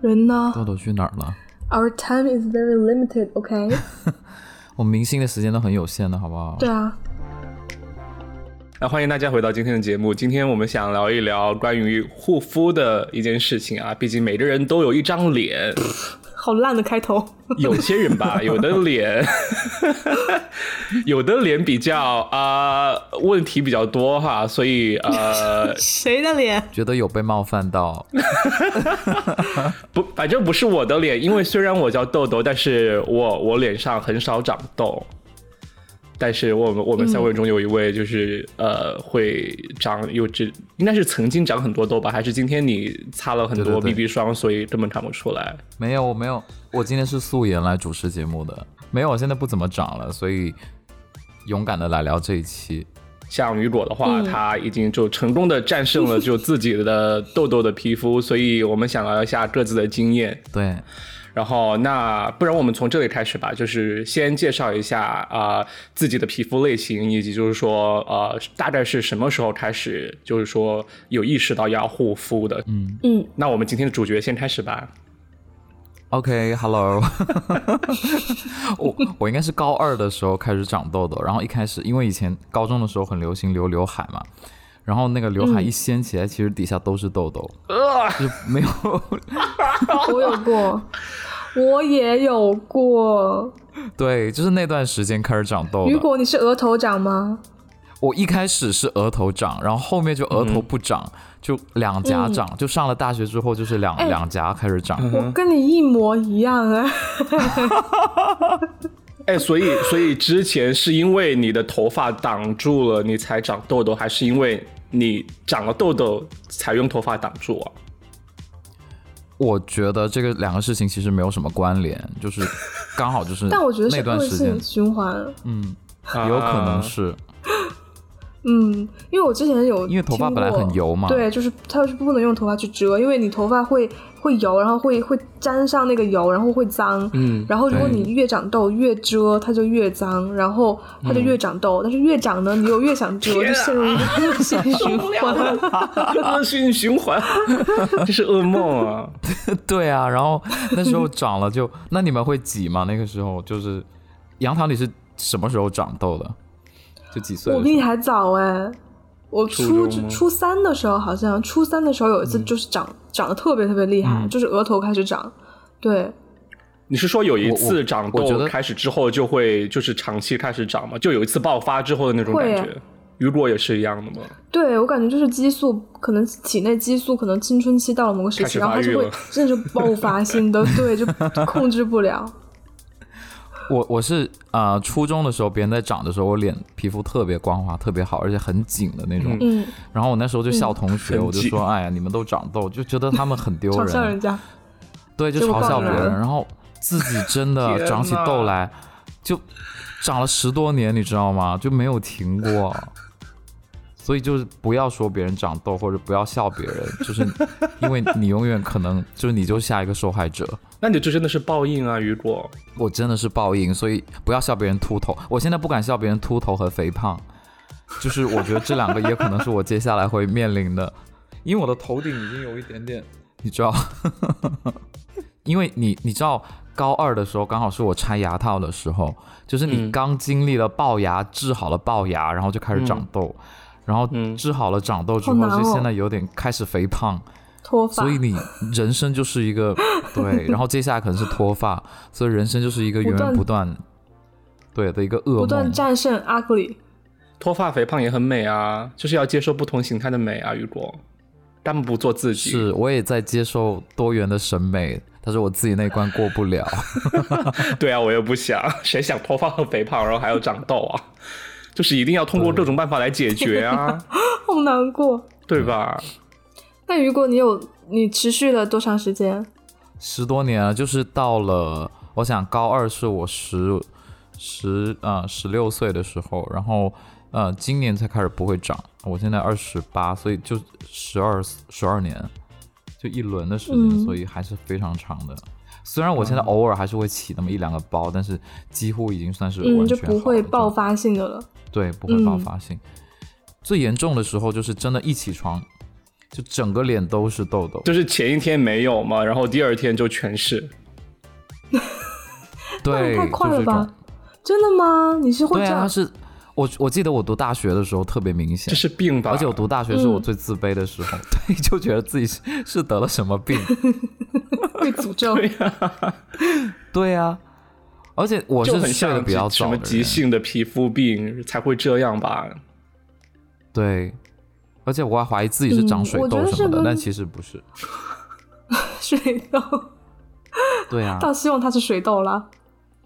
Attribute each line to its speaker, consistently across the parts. Speaker 1: 人呢
Speaker 2: 豆豆去哪儿了？
Speaker 1: ？Our time is very limited, OK？
Speaker 2: 我们明星的时间都很有限的，好不好？
Speaker 1: 对啊，
Speaker 3: 那欢迎大家回到今天的节目。今天我们想聊一聊关于护肤的一件事情啊，毕竟每个人都有一张脸，
Speaker 1: 好烂的开头。
Speaker 3: 有些人吧，有的脸， 有的脸比较啊、问题比较多哈，所以呃
Speaker 1: 谁的脸？
Speaker 2: 觉得有被冒犯到，
Speaker 3: 不，反正不是我的脸，因为虽然我叫豆豆，但是我我脸上很少长痘。但是我们我们三位中有一位就是、呃会长有这应该是曾经长很多痘吧，还是今天你擦了很
Speaker 2: 对
Speaker 3: 多
Speaker 2: 对对
Speaker 3: BB 霜，所以根本长不出来？
Speaker 2: 没有，我没有，我今天是素颜来主持节目的，没有，我现在不怎么长了，所以勇敢的来聊这一期。
Speaker 3: 像雨果的话，
Speaker 1: 嗯
Speaker 3: 他已经就成功的战胜了就自己的痘痘的皮肤，所以我们想聊一下各自的经验。
Speaker 2: 对，
Speaker 3: 然后那不然我们从这里开始吧，就是先介绍一下啊、呃自己的皮肤类型，以及就是说呃大概是什么时候开始，就是说有意识到要护肤的。
Speaker 2: 嗯
Speaker 1: 嗯，
Speaker 3: 那我们今天的主角先开始吧。
Speaker 2: ，OK，Hello，、我我应该是高二的时候开始长痘痘，然后一开始因为以前高中的时候很流行留刘海嘛，然后那个刘海
Speaker 1: 嗯
Speaker 2: 一掀起来，其实底下都是痘 痘，就是没有
Speaker 1: 我有过，我也有过。
Speaker 2: 对，就是那段时间开始长痘
Speaker 1: 雨
Speaker 2: 的。
Speaker 1: 果，你是额头长吗？
Speaker 2: 我一开始是额头长，然后后面就额头不长，就两颊长，就上了大学之后就是两、
Speaker 1: 嗯哎嗯
Speaker 2: 两颊开始长。
Speaker 1: 我跟你一模一样哎、
Speaker 3: 哎，所以所以之前是因为你的头发挡住了你才长痘痘，还是因为你长了痘痘才用头发挡住啊？
Speaker 2: 我觉得这个两个事情其实没有什么关联，就是 刚好就是
Speaker 1: 但我觉得是
Speaker 2: 那
Speaker 1: 恶
Speaker 2: 段时间
Speaker 1: 性，循环。
Speaker 2: 嗯，有可能
Speaker 3: 啊
Speaker 2: 是
Speaker 1: 嗯，因为我之前有
Speaker 2: 因为头发
Speaker 1: 听
Speaker 2: 本来
Speaker 1: 过
Speaker 2: 很油嘛
Speaker 1: 对，就是它是不能用头发去遮，因为你头发会会油，然后会会沾上那个油，然后会脏。
Speaker 3: 嗯
Speaker 1: 然后如果
Speaker 2: 对
Speaker 1: 你越长痘越遮，它就越脏，然后它就越长痘，
Speaker 2: 嗯
Speaker 1: 但是越长呢，你又越想遮，
Speaker 3: 啊
Speaker 1: 就陷入一个恶性循环。
Speaker 3: 恶 性循环，这是噩梦啊！
Speaker 2: 对啊。然后那时候长了就，那你们会挤吗？那个时候就是杨桃，你是什么时候长痘的？就几岁
Speaker 1: 我
Speaker 2: 的
Speaker 1: 比
Speaker 2: 时
Speaker 1: 你
Speaker 2: 候？
Speaker 1: 还早哎，我初
Speaker 3: 初中吗
Speaker 1: 初三的时候好像，初三的时候有一次就是长、长得特别特别厉害，
Speaker 2: 嗯
Speaker 1: 就是额头开始长，对，
Speaker 3: 你是说有一
Speaker 2: 我
Speaker 3: 次
Speaker 2: 我
Speaker 3: 长
Speaker 2: 我觉
Speaker 3: 痘
Speaker 2: 得
Speaker 3: 开始之后就会就是长期开始长吗？就有一次爆发之后的那种感
Speaker 1: 会啊
Speaker 3: 觉？雨果也是一样的吗？
Speaker 1: 对我感觉就是激素，可能体内激素可能青春期到了某个时
Speaker 3: 开
Speaker 1: 期，
Speaker 3: 始
Speaker 1: 然后
Speaker 3: 发
Speaker 1: 它
Speaker 3: 育
Speaker 1: 就会
Speaker 3: 了
Speaker 1: 真的是爆发性 的，对，就控制不了。
Speaker 2: 我我是啊、呃初中的时候别人在长的时候，我脸皮肤特别光滑，特别好，而且很紧的那种。
Speaker 1: 嗯，
Speaker 2: 然后我那时候就笑同学，
Speaker 3: 嗯
Speaker 2: 我就说：“哎呀，你们都长痘，就觉得他们 很丢
Speaker 1: 嘲
Speaker 2: 人。
Speaker 1: 笑人家，
Speaker 2: 对，就
Speaker 1: 结果
Speaker 2: 嘲笑
Speaker 1: 爆
Speaker 2: 别
Speaker 1: 了
Speaker 2: 人，然后自己真
Speaker 3: 天
Speaker 2: 的长起痘
Speaker 3: 呐
Speaker 2: 来，就长了十多年，你知道吗？就没有停过。 所以就是不要说别人长痘，或者不要笑别人，就是因为你永远可能就是你就下一个受害者。
Speaker 3: 那你这真的是报应啊，雨果！
Speaker 2: 我真的是报应，所以不要笑别人秃头。我现在不敢笑别人秃头和肥胖，就是我觉得这两个也可能是我接下来会面临的，因为我的头顶已经有一点点，你知道， 因为你你知道高二的时候刚好是我拆牙套的时候，就是你
Speaker 3: 嗯
Speaker 2: 刚经历了龅牙，治好了龅牙，然后就开始长痘，然后
Speaker 3: 嗯
Speaker 2: 治好了长痘之
Speaker 1: 好
Speaker 2: 后，
Speaker 1: 难
Speaker 2: 就
Speaker 1: 哦
Speaker 2: 现在有点开始肥胖。
Speaker 1: 脱发
Speaker 2: 所以你人生就是一个 对，然后接下来可能是脱发，所以人生就是一个源源
Speaker 1: 不
Speaker 2: 不断对的一个噩
Speaker 1: 不断
Speaker 2: 梦。
Speaker 1: 战胜 ugly。
Speaker 3: 脱发肥胖也很美啊，就是要接受不同形态的美啊，雨果。他们不做自己，
Speaker 2: 是，我也在接受多元的审美，但是我自己那关过不了。
Speaker 3: 对啊，我也不想，谁想脱发和肥胖，然后还要长痘啊？ 就是一定要通过各种办法来解 决啊，
Speaker 1: 好难过。
Speaker 3: 对吧？
Speaker 1: 那如果你有你持续了多长时间？
Speaker 2: 十多年了，就是到了，我想高二是我十十啊十六岁的时候，然后呃今年才开始不会长，我现在二十八，所以就十二十二年，就一轮的时间，
Speaker 1: 嗯
Speaker 2: 所以还是非常长的。虽然我现在偶尔还是会起那么一两个包，但是几乎已经算是
Speaker 1: 嗯，
Speaker 2: 完
Speaker 1: 就
Speaker 2: 全
Speaker 1: 不
Speaker 2: 好的
Speaker 1: 会爆
Speaker 2: 状态
Speaker 1: 发性的了。
Speaker 2: 对，不会爆
Speaker 1: 嗯
Speaker 2: 发性。最严重的时候就是真的，一起床就整个脸都是痘痘。
Speaker 3: 就是前一天没有嘛，然后第二天就全是。
Speaker 1: 那
Speaker 2: 对，
Speaker 1: 也太快
Speaker 2: 就
Speaker 1: 了
Speaker 2: 这种
Speaker 1: 吧？真的吗？你是会
Speaker 2: 对
Speaker 1: 这
Speaker 2: 啊，
Speaker 1: 样？
Speaker 2: 是我我记得我读大学的时候特别明显
Speaker 3: 这，是病吧？
Speaker 2: 而且我读大学
Speaker 1: 嗯
Speaker 2: 是我最自卑的时候，对，就觉得自己是是得了什么病。
Speaker 1: 被诅咒？
Speaker 3: 对啊呀、
Speaker 2: 对啊，而且我
Speaker 3: 就是很
Speaker 2: 睡得
Speaker 3: 像
Speaker 2: 比较
Speaker 3: 什
Speaker 2: 早
Speaker 3: 么
Speaker 2: 的
Speaker 3: 急
Speaker 2: 人，
Speaker 3: 性的皮肤病才会这样吧？
Speaker 2: 对，而且我还怀疑自己是长
Speaker 1: 嗯
Speaker 2: 水
Speaker 1: 我觉
Speaker 2: 痘
Speaker 1: 得
Speaker 2: 什么
Speaker 1: 这
Speaker 2: 的，
Speaker 1: 跟
Speaker 2: 但其实不是。
Speaker 1: 水痘？
Speaker 2: 对啊，
Speaker 1: 倒希望它是水痘啦。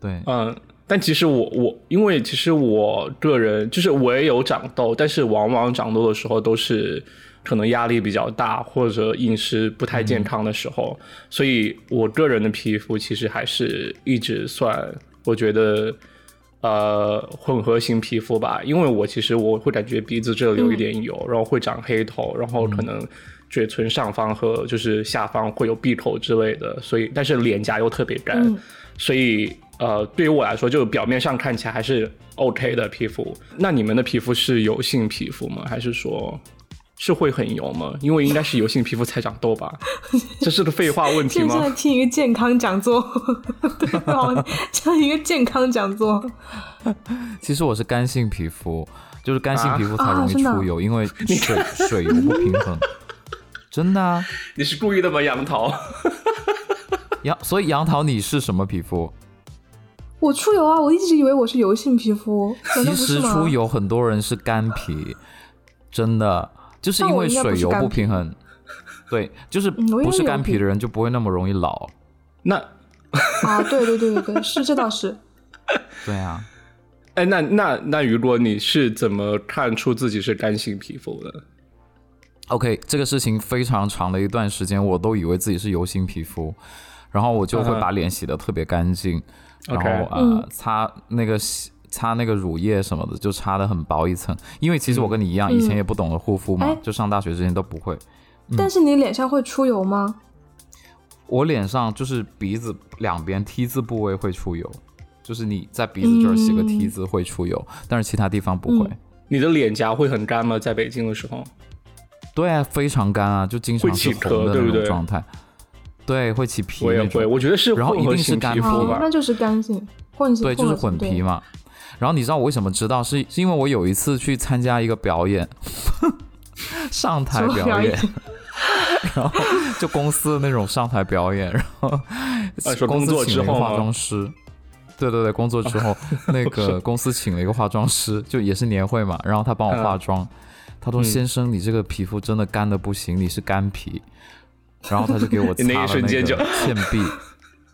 Speaker 2: 对，
Speaker 1: 哦
Speaker 3: 嗯，但其实我我因为其实我个人就是我也有长痘，但是往往长痘的时候都是可能压力比较大或者饮食不太
Speaker 2: 嗯
Speaker 3: 健康的时候，所以我个人的皮肤其实还是一直算我觉得呃混合型皮肤吧，因为我其实我会感觉鼻子这里有一点油，然后会长黑头，然后可能嘴唇上方和就是下方会有闭口之类的，所以但是脸颊又特别干。
Speaker 1: 嗯
Speaker 3: 所以呃，对于我来说，就表面上看起来还是 OK 的皮肤。那你们的皮肤是油性皮肤吗？还是说是会很油吗？因为应该是油性皮肤才长痘吧？这是个废话问题
Speaker 1: 现 在
Speaker 3: 吗？
Speaker 1: 听一个健康讲座， 对吧？这样一个健康讲座，
Speaker 2: 其实我是干性皮肤，就是干性
Speaker 3: 啊
Speaker 2: 皮肤才
Speaker 1: 啊
Speaker 2: 容易
Speaker 1: 真的啊
Speaker 2: 出油，因 为水水油不平衡。 真的啊，
Speaker 3: 你是故意的吗，杨桃？
Speaker 2: 杨所以杨桃你是什么皮肤？
Speaker 1: 我出油啊！我一直以为我是油性皮肤，难道
Speaker 2: 其
Speaker 1: 不是
Speaker 2: 实
Speaker 1: 吗？
Speaker 2: 出油很多人是干皮，真的就是
Speaker 1: 那
Speaker 2: 因
Speaker 1: 我
Speaker 2: 为
Speaker 1: 应该不
Speaker 2: 水
Speaker 1: 是
Speaker 2: 油
Speaker 1: 干
Speaker 2: 不
Speaker 1: 皮
Speaker 2: 平衡。对，就是
Speaker 1: 嗯我应该
Speaker 2: 不是
Speaker 1: 有
Speaker 2: 干皮
Speaker 1: 皮
Speaker 2: 的人就不会那么容易老。
Speaker 3: 那
Speaker 1: 啊，对对对对对，是这倒 是。
Speaker 2: 对啊，
Speaker 3: 哎，那那那雨果，你是怎么看出自己是干性皮肤的？
Speaker 2: OK，这个事情非常长的一段时间，我都以为自己是油性皮肤，然后我就会
Speaker 3: 嗯
Speaker 2: 把脸洗得特别干净，然
Speaker 3: OK
Speaker 2: 后
Speaker 1: 嗯
Speaker 2: 呃擦那个洗擦那个乳液什么的，就擦得很薄一层。因为其实我跟你一样，以前也不懂得护肤嘛，
Speaker 1: 嗯哎
Speaker 2: 就上大学之前都不会。
Speaker 1: 但是你脸上会出油吗？
Speaker 2: 我脸上就是鼻子两边 T 字部位会出油，就是你在鼻子这儿写个 T 字会出油，
Speaker 3: 嗯
Speaker 2: 但是其他地方不会。
Speaker 1: 嗯
Speaker 3: 你的脸颊会很干吗？在北京的时候，
Speaker 2: 对啊，非常干啊，就经常
Speaker 3: 会
Speaker 2: 是
Speaker 3: 起
Speaker 2: 红
Speaker 3: 壳
Speaker 2: 的
Speaker 3: 对不
Speaker 2: 那种
Speaker 3: 对
Speaker 2: 状态。对，会起皮
Speaker 3: 我也
Speaker 2: 那
Speaker 3: 会，
Speaker 2: 种。
Speaker 3: 我觉得是
Speaker 2: 然后
Speaker 3: 混
Speaker 2: 一
Speaker 3: 合
Speaker 2: 定是
Speaker 3: 型
Speaker 2: 干
Speaker 3: 皮
Speaker 2: 皮
Speaker 3: 肤
Speaker 2: 肤
Speaker 1: 哦
Speaker 3: 吧，。
Speaker 1: 那就是干性混性，
Speaker 2: 对，就是
Speaker 1: 混
Speaker 2: 混
Speaker 1: 性
Speaker 2: 皮。嘛。然后你知道我为什么知道是是因为我有一次去参加一个表演， 上
Speaker 1: 对
Speaker 2: 台
Speaker 1: 什么
Speaker 2: 表
Speaker 1: 演
Speaker 2: 演，？然后 就公司的那种上台表演，然后
Speaker 3: 啊说
Speaker 2: 公
Speaker 3: 工
Speaker 2: 司
Speaker 3: 作
Speaker 2: 请
Speaker 3: 之
Speaker 2: 了一个
Speaker 3: 后
Speaker 2: 化
Speaker 3: 吗
Speaker 2: 妆师。对对对，工作之后， 那个公司请了一个化妆师，就也是年会嘛，然后他
Speaker 3: 嗯
Speaker 2: 帮我化妆，他说：“先生，你这个皮肤真的干的不行，你是干皮。”然后他就给我擦
Speaker 3: 你那一
Speaker 2: 了
Speaker 3: 瞬
Speaker 2: 那
Speaker 3: 间
Speaker 2: 个
Speaker 3: 就
Speaker 2: 倩碧，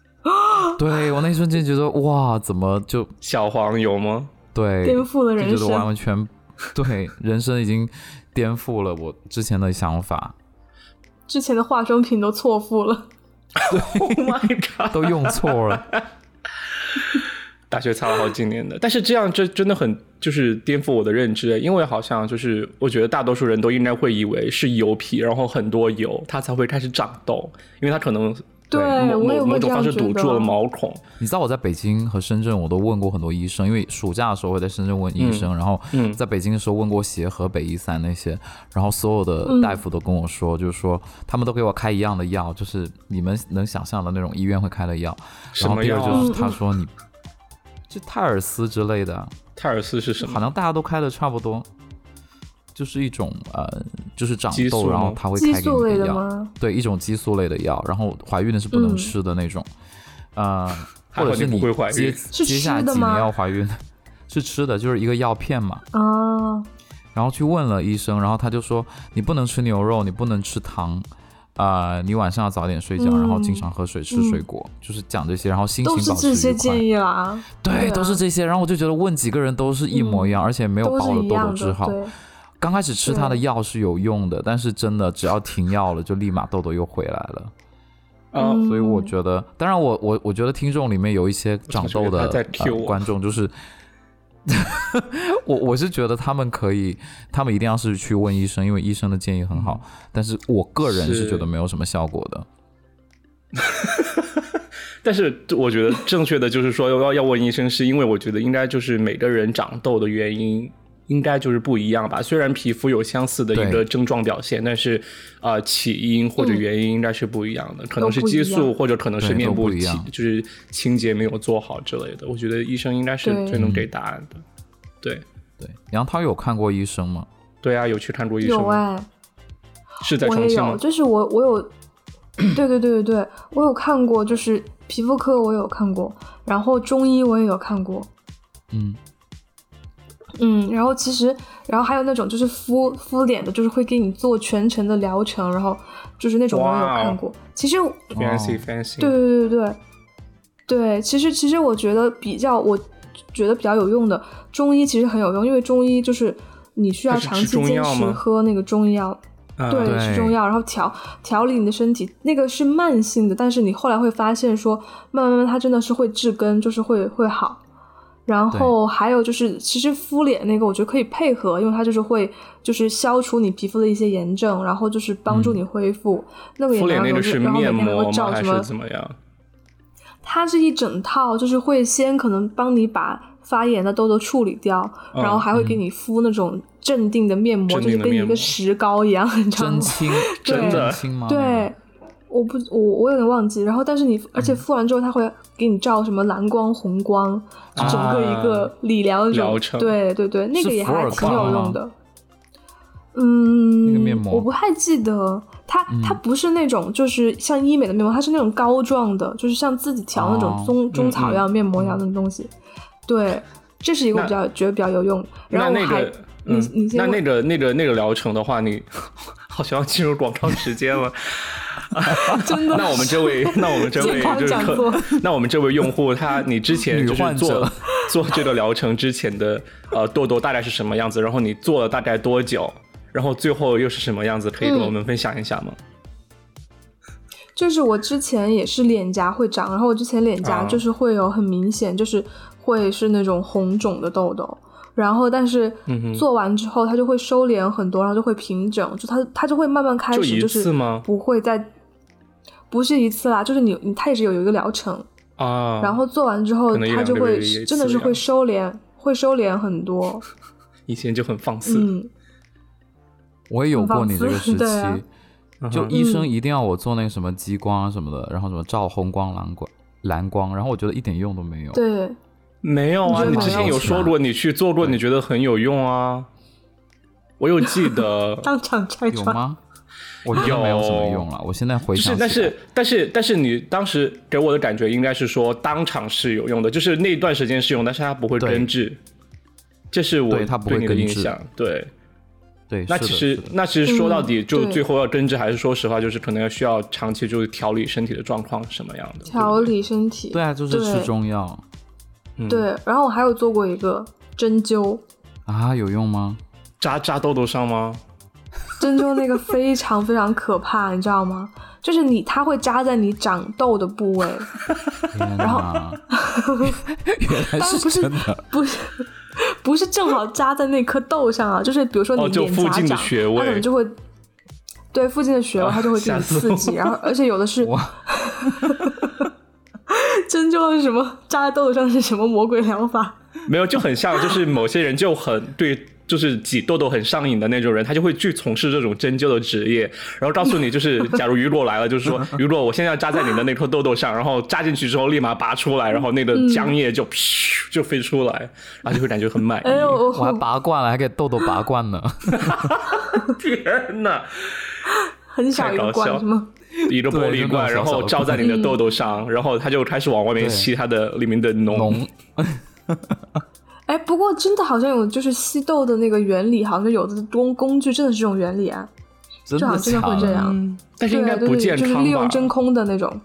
Speaker 2: 对我那一瞬间觉得哇，怎么就
Speaker 3: 小黄油吗？
Speaker 2: 对
Speaker 1: 颠覆了人
Speaker 2: 就觉得完
Speaker 1: 生。
Speaker 2: 完全对人生已经颠覆了我之前的想法，
Speaker 1: 之前的化妆品都错付 了，
Speaker 3: Oh my god！
Speaker 2: 都用错了。
Speaker 3: 大学擦了好几年的，但是这样这真的很就是颠覆我的认知，欸因为好像就是我觉得大多数人都应该会以为是油皮，然后很多油，它才会开始长痘，因为它可能
Speaker 1: 对
Speaker 3: 某
Speaker 1: 我也
Speaker 3: 某
Speaker 1: 会
Speaker 3: 某
Speaker 1: 这
Speaker 3: 种方
Speaker 1: 样
Speaker 3: 式
Speaker 1: 觉
Speaker 3: 堵住了
Speaker 1: 得。
Speaker 3: 毛孔。
Speaker 2: 你知道我在北京和深圳，我都问过很多医生，因为暑假的时候我在深圳问医生，然后
Speaker 3: 嗯
Speaker 2: 在北京的时候问过协和、北医三那些，然后所有的大夫都跟我说，就是说他们都给我开一样的药，就是你们能想象的那种医院会开的药。
Speaker 3: 什
Speaker 2: 然后
Speaker 3: 么
Speaker 2: 第
Speaker 3: 药
Speaker 2: 二
Speaker 3: 啊？
Speaker 2: 就
Speaker 1: 嗯
Speaker 2: 是他
Speaker 1: 嗯
Speaker 2: 说你，就泰尔斯之类的，
Speaker 3: 泰尔斯是什
Speaker 2: 好
Speaker 3: 么？
Speaker 2: 像大家都开的差不多，就是一种呃，就是长
Speaker 3: 激素
Speaker 2: 痘，
Speaker 3: 吗
Speaker 2: 然后它会
Speaker 1: 激
Speaker 2: 开给
Speaker 1: 素类
Speaker 2: 你
Speaker 1: 的
Speaker 2: 药，
Speaker 1: 吗？
Speaker 2: 对，一种激素类的药，然后怀孕的是不能
Speaker 1: 嗯
Speaker 2: 吃的那种，呃，
Speaker 3: 嗯 还
Speaker 2: 或
Speaker 3: 好
Speaker 2: 者是
Speaker 3: 你不会怀
Speaker 2: 接
Speaker 3: 孕
Speaker 1: 是
Speaker 2: 接下来
Speaker 1: 吃的
Speaker 2: 几年
Speaker 1: 吗
Speaker 2: 要怀孕， 是吃的，就是一个药片嘛。
Speaker 1: 啊，
Speaker 2: 然后去问了医生，然后他就说你不能吃牛肉，你不能吃糖。啊、你晚上要早点睡觉，然后经
Speaker 1: 嗯
Speaker 2: 常喝水、吃
Speaker 1: 嗯
Speaker 2: 水果，就是讲这些，然后心情
Speaker 1: 都
Speaker 2: 保
Speaker 1: 是这
Speaker 2: 持愉快。
Speaker 1: 些建议啦，
Speaker 2: 对，
Speaker 1: 对啊嗯
Speaker 2: 都是这些。然后我就觉得问几个人都是一模一样，而且没有把
Speaker 1: 都
Speaker 2: 我
Speaker 1: 是
Speaker 2: 的
Speaker 1: 一
Speaker 2: 痘
Speaker 1: 样
Speaker 2: 痘
Speaker 1: 的。
Speaker 2: 治好。
Speaker 1: 对，
Speaker 2: 刚开始吃他的
Speaker 1: 对
Speaker 2: 药是有用的，但是真的只要停药了，就立马痘痘又回来了。
Speaker 3: 啊，
Speaker 1: 嗯
Speaker 2: 所以我觉得，当然我我我觉得听众里面有一些长痘
Speaker 3: 我
Speaker 2: 的
Speaker 3: 总觉得他在
Speaker 2: 呃
Speaker 3: cue 我
Speaker 2: 观众，就是我我是觉得他们可以，他们一定要是去问医生，因为医生的建议很好。但是我个人是
Speaker 3: 嗯是
Speaker 2: 觉得没有什么效果的。
Speaker 3: 但是我觉得正确的就是说要要问医生，是因为我觉得应该就是每个人长痘的原因应该就是不一样吧。虽然皮肤有相似的一
Speaker 2: 对
Speaker 3: 个症状表现，但是呃起因或者原因应该是不一样的，可能是
Speaker 1: 都不一
Speaker 3: 激
Speaker 1: 样
Speaker 3: 素或者可能
Speaker 2: 嗯
Speaker 3: 是
Speaker 2: 对
Speaker 3: 面
Speaker 2: 都
Speaker 3: 部
Speaker 2: 不一
Speaker 3: 清
Speaker 2: 样
Speaker 3: 就是清洁没有做好之类的。我觉得医生应该是
Speaker 1: 对
Speaker 3: 最能给答案的。对
Speaker 2: 对，杨涛有看过医生吗？
Speaker 3: 对啊，有去看过医生
Speaker 1: 有
Speaker 3: 吗？
Speaker 1: 哎、
Speaker 3: 是在
Speaker 1: 我
Speaker 3: 重
Speaker 1: 也
Speaker 3: 庆
Speaker 1: 有，
Speaker 3: 吗？
Speaker 1: 就是我我有，对对对对对，我有看过，就是皮肤科我有看过，然后中医我也有看过，
Speaker 2: 嗯，
Speaker 1: 嗯，然后其实，然后还有那种就是敷敷脸的，就是会给你做全程的疗程，然后就是那种我也有
Speaker 3: 哇哦
Speaker 1: 看过。其实，
Speaker 3: fancy
Speaker 2: 哦
Speaker 3: fancy，
Speaker 1: 对对对对对，对，其实其实我觉得比较，我觉得比较有用的中医其实很有用，因为中医就是你需要
Speaker 3: 它是
Speaker 1: 长
Speaker 3: 吃
Speaker 1: 期
Speaker 3: 中
Speaker 1: 坚
Speaker 3: 药
Speaker 1: 持
Speaker 3: 吗
Speaker 1: 喝那个中医药，
Speaker 3: 啊
Speaker 1: 对，
Speaker 2: 对
Speaker 1: 吃中药，然后调调理你的身体，那个是慢性的，但是你后来会发现说，慢慢慢慢它真的是会治根，就是会会好。然后还有就是，其实敷脸那个我觉得可以配合，因为它就是会就是消除你皮肤的一些炎症，然后就是帮助你恢复。那个也
Speaker 3: 嗯敷
Speaker 1: 蛮有
Speaker 3: 脸那
Speaker 1: 用的，
Speaker 3: 个是
Speaker 1: 然后每
Speaker 3: 面
Speaker 1: 天都
Speaker 3: 膜
Speaker 1: 会
Speaker 3: 吗？
Speaker 1: 照
Speaker 3: 还
Speaker 1: 什么
Speaker 3: 是怎么样？
Speaker 1: 它是一整套，就是会先可能帮你把发炎的痘痘处理掉，
Speaker 3: 嗯
Speaker 1: 然后还会给你敷那种镇定的面膜，
Speaker 3: 镇
Speaker 1: 就
Speaker 3: 定
Speaker 1: 是
Speaker 3: 的
Speaker 1: 跟一
Speaker 3: 面膜
Speaker 1: 个石膏一样，你知道吗
Speaker 2: 真？清，
Speaker 1: 对
Speaker 2: 真
Speaker 3: 真的
Speaker 2: 清吗？那
Speaker 1: 对
Speaker 2: 个，，
Speaker 1: 我不，我我有点忘记。然后，但是你，而且敷完之后，它会给你照什么蓝光、红光，就整个一个理疗那种
Speaker 3: 疗程
Speaker 1: 对对对，那个
Speaker 2: 是
Speaker 1: 也
Speaker 2: 福
Speaker 1: 还
Speaker 2: 尔
Speaker 1: 挺
Speaker 2: 康
Speaker 1: 有
Speaker 2: 吗
Speaker 1: 用的。嗯，
Speaker 2: 那个面膜
Speaker 1: 我不太记得，它它不是那种就是像医美的面膜，它是那种膏状的，就是像自己调那
Speaker 2: 哦
Speaker 1: 种中、中草药面膜一样的东西。对，这是一个我
Speaker 3: 那
Speaker 1: 比较觉得比较有用。然后我
Speaker 3: 那那
Speaker 1: 还，
Speaker 3: 个，嗯
Speaker 1: 你你先
Speaker 3: 那
Speaker 1: 问
Speaker 3: 那个那个那个疗程的话，你 好像要进入广告时间了。
Speaker 1: 真的
Speaker 3: 那我们这位，那我们这位
Speaker 1: 健康
Speaker 3: 就是
Speaker 1: 讲
Speaker 3: 客
Speaker 1: 座，
Speaker 3: 那我们这位用户，他你之前
Speaker 2: 女
Speaker 3: 就是
Speaker 2: 患者
Speaker 3: 做做这个疗程之前的呃痘痘大概是什么样子？然后你做了大概多久？然后最后又是什么样子？可以跟我
Speaker 1: 嗯
Speaker 3: 们分享一下吗？
Speaker 1: 就是我之前也是脸颊会长，然后我之前脸
Speaker 3: 啊
Speaker 1: 颊就是会有很明显，就是会是那种红肿的痘痘。然后，但是
Speaker 3: 嗯哼
Speaker 1: 做完之后，它就会收敛很多，然后就会平整，就它它就会慢慢开
Speaker 3: 就
Speaker 1: 始，
Speaker 3: 一
Speaker 1: 就是
Speaker 3: 次吗
Speaker 1: 不会再，不是一次啦，就是你你它也是有一个疗程，
Speaker 3: 啊，
Speaker 1: 然后做完之后
Speaker 3: 可能一
Speaker 1: 它
Speaker 3: 两
Speaker 1: 就
Speaker 3: 个
Speaker 1: 会
Speaker 3: 月一
Speaker 1: 真的
Speaker 3: 次
Speaker 1: 是
Speaker 3: 呀
Speaker 1: 会收敛，会收敛很多，
Speaker 3: 以前就很放肆，
Speaker 1: 嗯，
Speaker 2: 我也有
Speaker 1: 很放
Speaker 2: 过你这个
Speaker 1: 肆
Speaker 2: 时
Speaker 1: 对啊
Speaker 2: 期。
Speaker 3: 嗯哼
Speaker 2: 就医生一定要我做那个什么激光啊什么的，然后什么照红光、蓝光、蓝光，然后我觉得一点用都没有。
Speaker 1: 对，
Speaker 3: 没有啊，
Speaker 1: 你觉得
Speaker 3: 你
Speaker 1: 蛮
Speaker 3: 之前
Speaker 1: 有
Speaker 3: 有
Speaker 2: 趣
Speaker 3: 说
Speaker 2: 的
Speaker 3: 过你去做过，你觉得很有用啊。我有记得，
Speaker 1: 当场拆
Speaker 2: 有
Speaker 1: 穿，
Speaker 2: 吗？我觉得没有什么用了。我现在回
Speaker 3: 就
Speaker 2: 想，
Speaker 3: 是
Speaker 2: 起来，
Speaker 3: 但是但是但是你当时给我的感觉应该是说当场是有用的，就是那段时间是用，但是它不会
Speaker 2: 对
Speaker 3: 根治，这是我
Speaker 2: 对它不会
Speaker 3: 对你的
Speaker 2: 根
Speaker 3: 印
Speaker 2: 治
Speaker 3: 象。对，
Speaker 2: 对，
Speaker 3: 那
Speaker 2: 是的
Speaker 3: 其
Speaker 2: 是
Speaker 3: 实
Speaker 2: 的
Speaker 3: 那其实说到底，
Speaker 1: 嗯
Speaker 3: 就
Speaker 1: 对
Speaker 3: 最后要根治，还是说实话，就是可能要需要长期就是调理身体的状况什么样的。对不对
Speaker 1: 调理身体，
Speaker 2: 对啊，就是吃
Speaker 1: 对
Speaker 2: 中药
Speaker 3: 嗯
Speaker 1: 对，然后我还有做过一个针灸，
Speaker 2: 啊，有 用吗？
Speaker 3: 扎扎痘痘上吗？
Speaker 1: 针灸那个非常非常可怕，你知道吗？就是你，它会扎在你长痘的部位，
Speaker 2: 天哪，原来
Speaker 1: 当然不
Speaker 2: 是
Speaker 1: 是
Speaker 2: 真的，
Speaker 1: 不是不是正好扎在那颗痘上啊，就是比如说你
Speaker 3: 哦就
Speaker 1: 脸颊
Speaker 3: 附近的
Speaker 1: 长，
Speaker 3: 穴位啊
Speaker 1: 它可能就会对附近的穴位，它就会给
Speaker 3: 吓
Speaker 1: 你
Speaker 3: 死
Speaker 1: 刺激，然后而且有的是 针灸是什么扎在痘痘上是什么魔鬼疗法？
Speaker 3: 没有，就很像，就是某些人就很对，就是挤痘痘很上瘾的那种人，他就会去从事这种针灸的职业，然后告诉 你，就是假如雨果来了，就是说雨果，我现在要扎在你的那颗痘痘上，然后扎进去之后立马拔出来，然后那
Speaker 1: 嗯
Speaker 3: 个浆液就噗就飞出来，然后就会感觉很满意。
Speaker 1: 哎呦，我
Speaker 2: 我还拔罐了，还给豆豆拔罐 呢。
Speaker 3: 天哪！
Speaker 1: 很小一
Speaker 3: 太
Speaker 1: 个
Speaker 3: 搞笑
Speaker 1: 罐什么？
Speaker 3: 一个玻璃罐，
Speaker 2: 对
Speaker 3: 然后罩在你的
Speaker 1: 嗯
Speaker 3: 痘痘上，然后它就开始往外面
Speaker 2: 对
Speaker 3: 吸它的里面的脓。
Speaker 2: 脓
Speaker 1: 哎，不过真的好像有，就是吸痘的那个原理，好像有的工工具真的是这种原理啊，
Speaker 2: 真
Speaker 1: 就好
Speaker 2: 的
Speaker 1: 像真的
Speaker 2: 假
Speaker 1: 会这
Speaker 2: 的？
Speaker 1: 样。
Speaker 3: 但是应该
Speaker 1: 对啊
Speaker 3: 不健
Speaker 1: 就是
Speaker 3: 康
Speaker 1: 利
Speaker 3: 吧
Speaker 1: 用？真空的那种。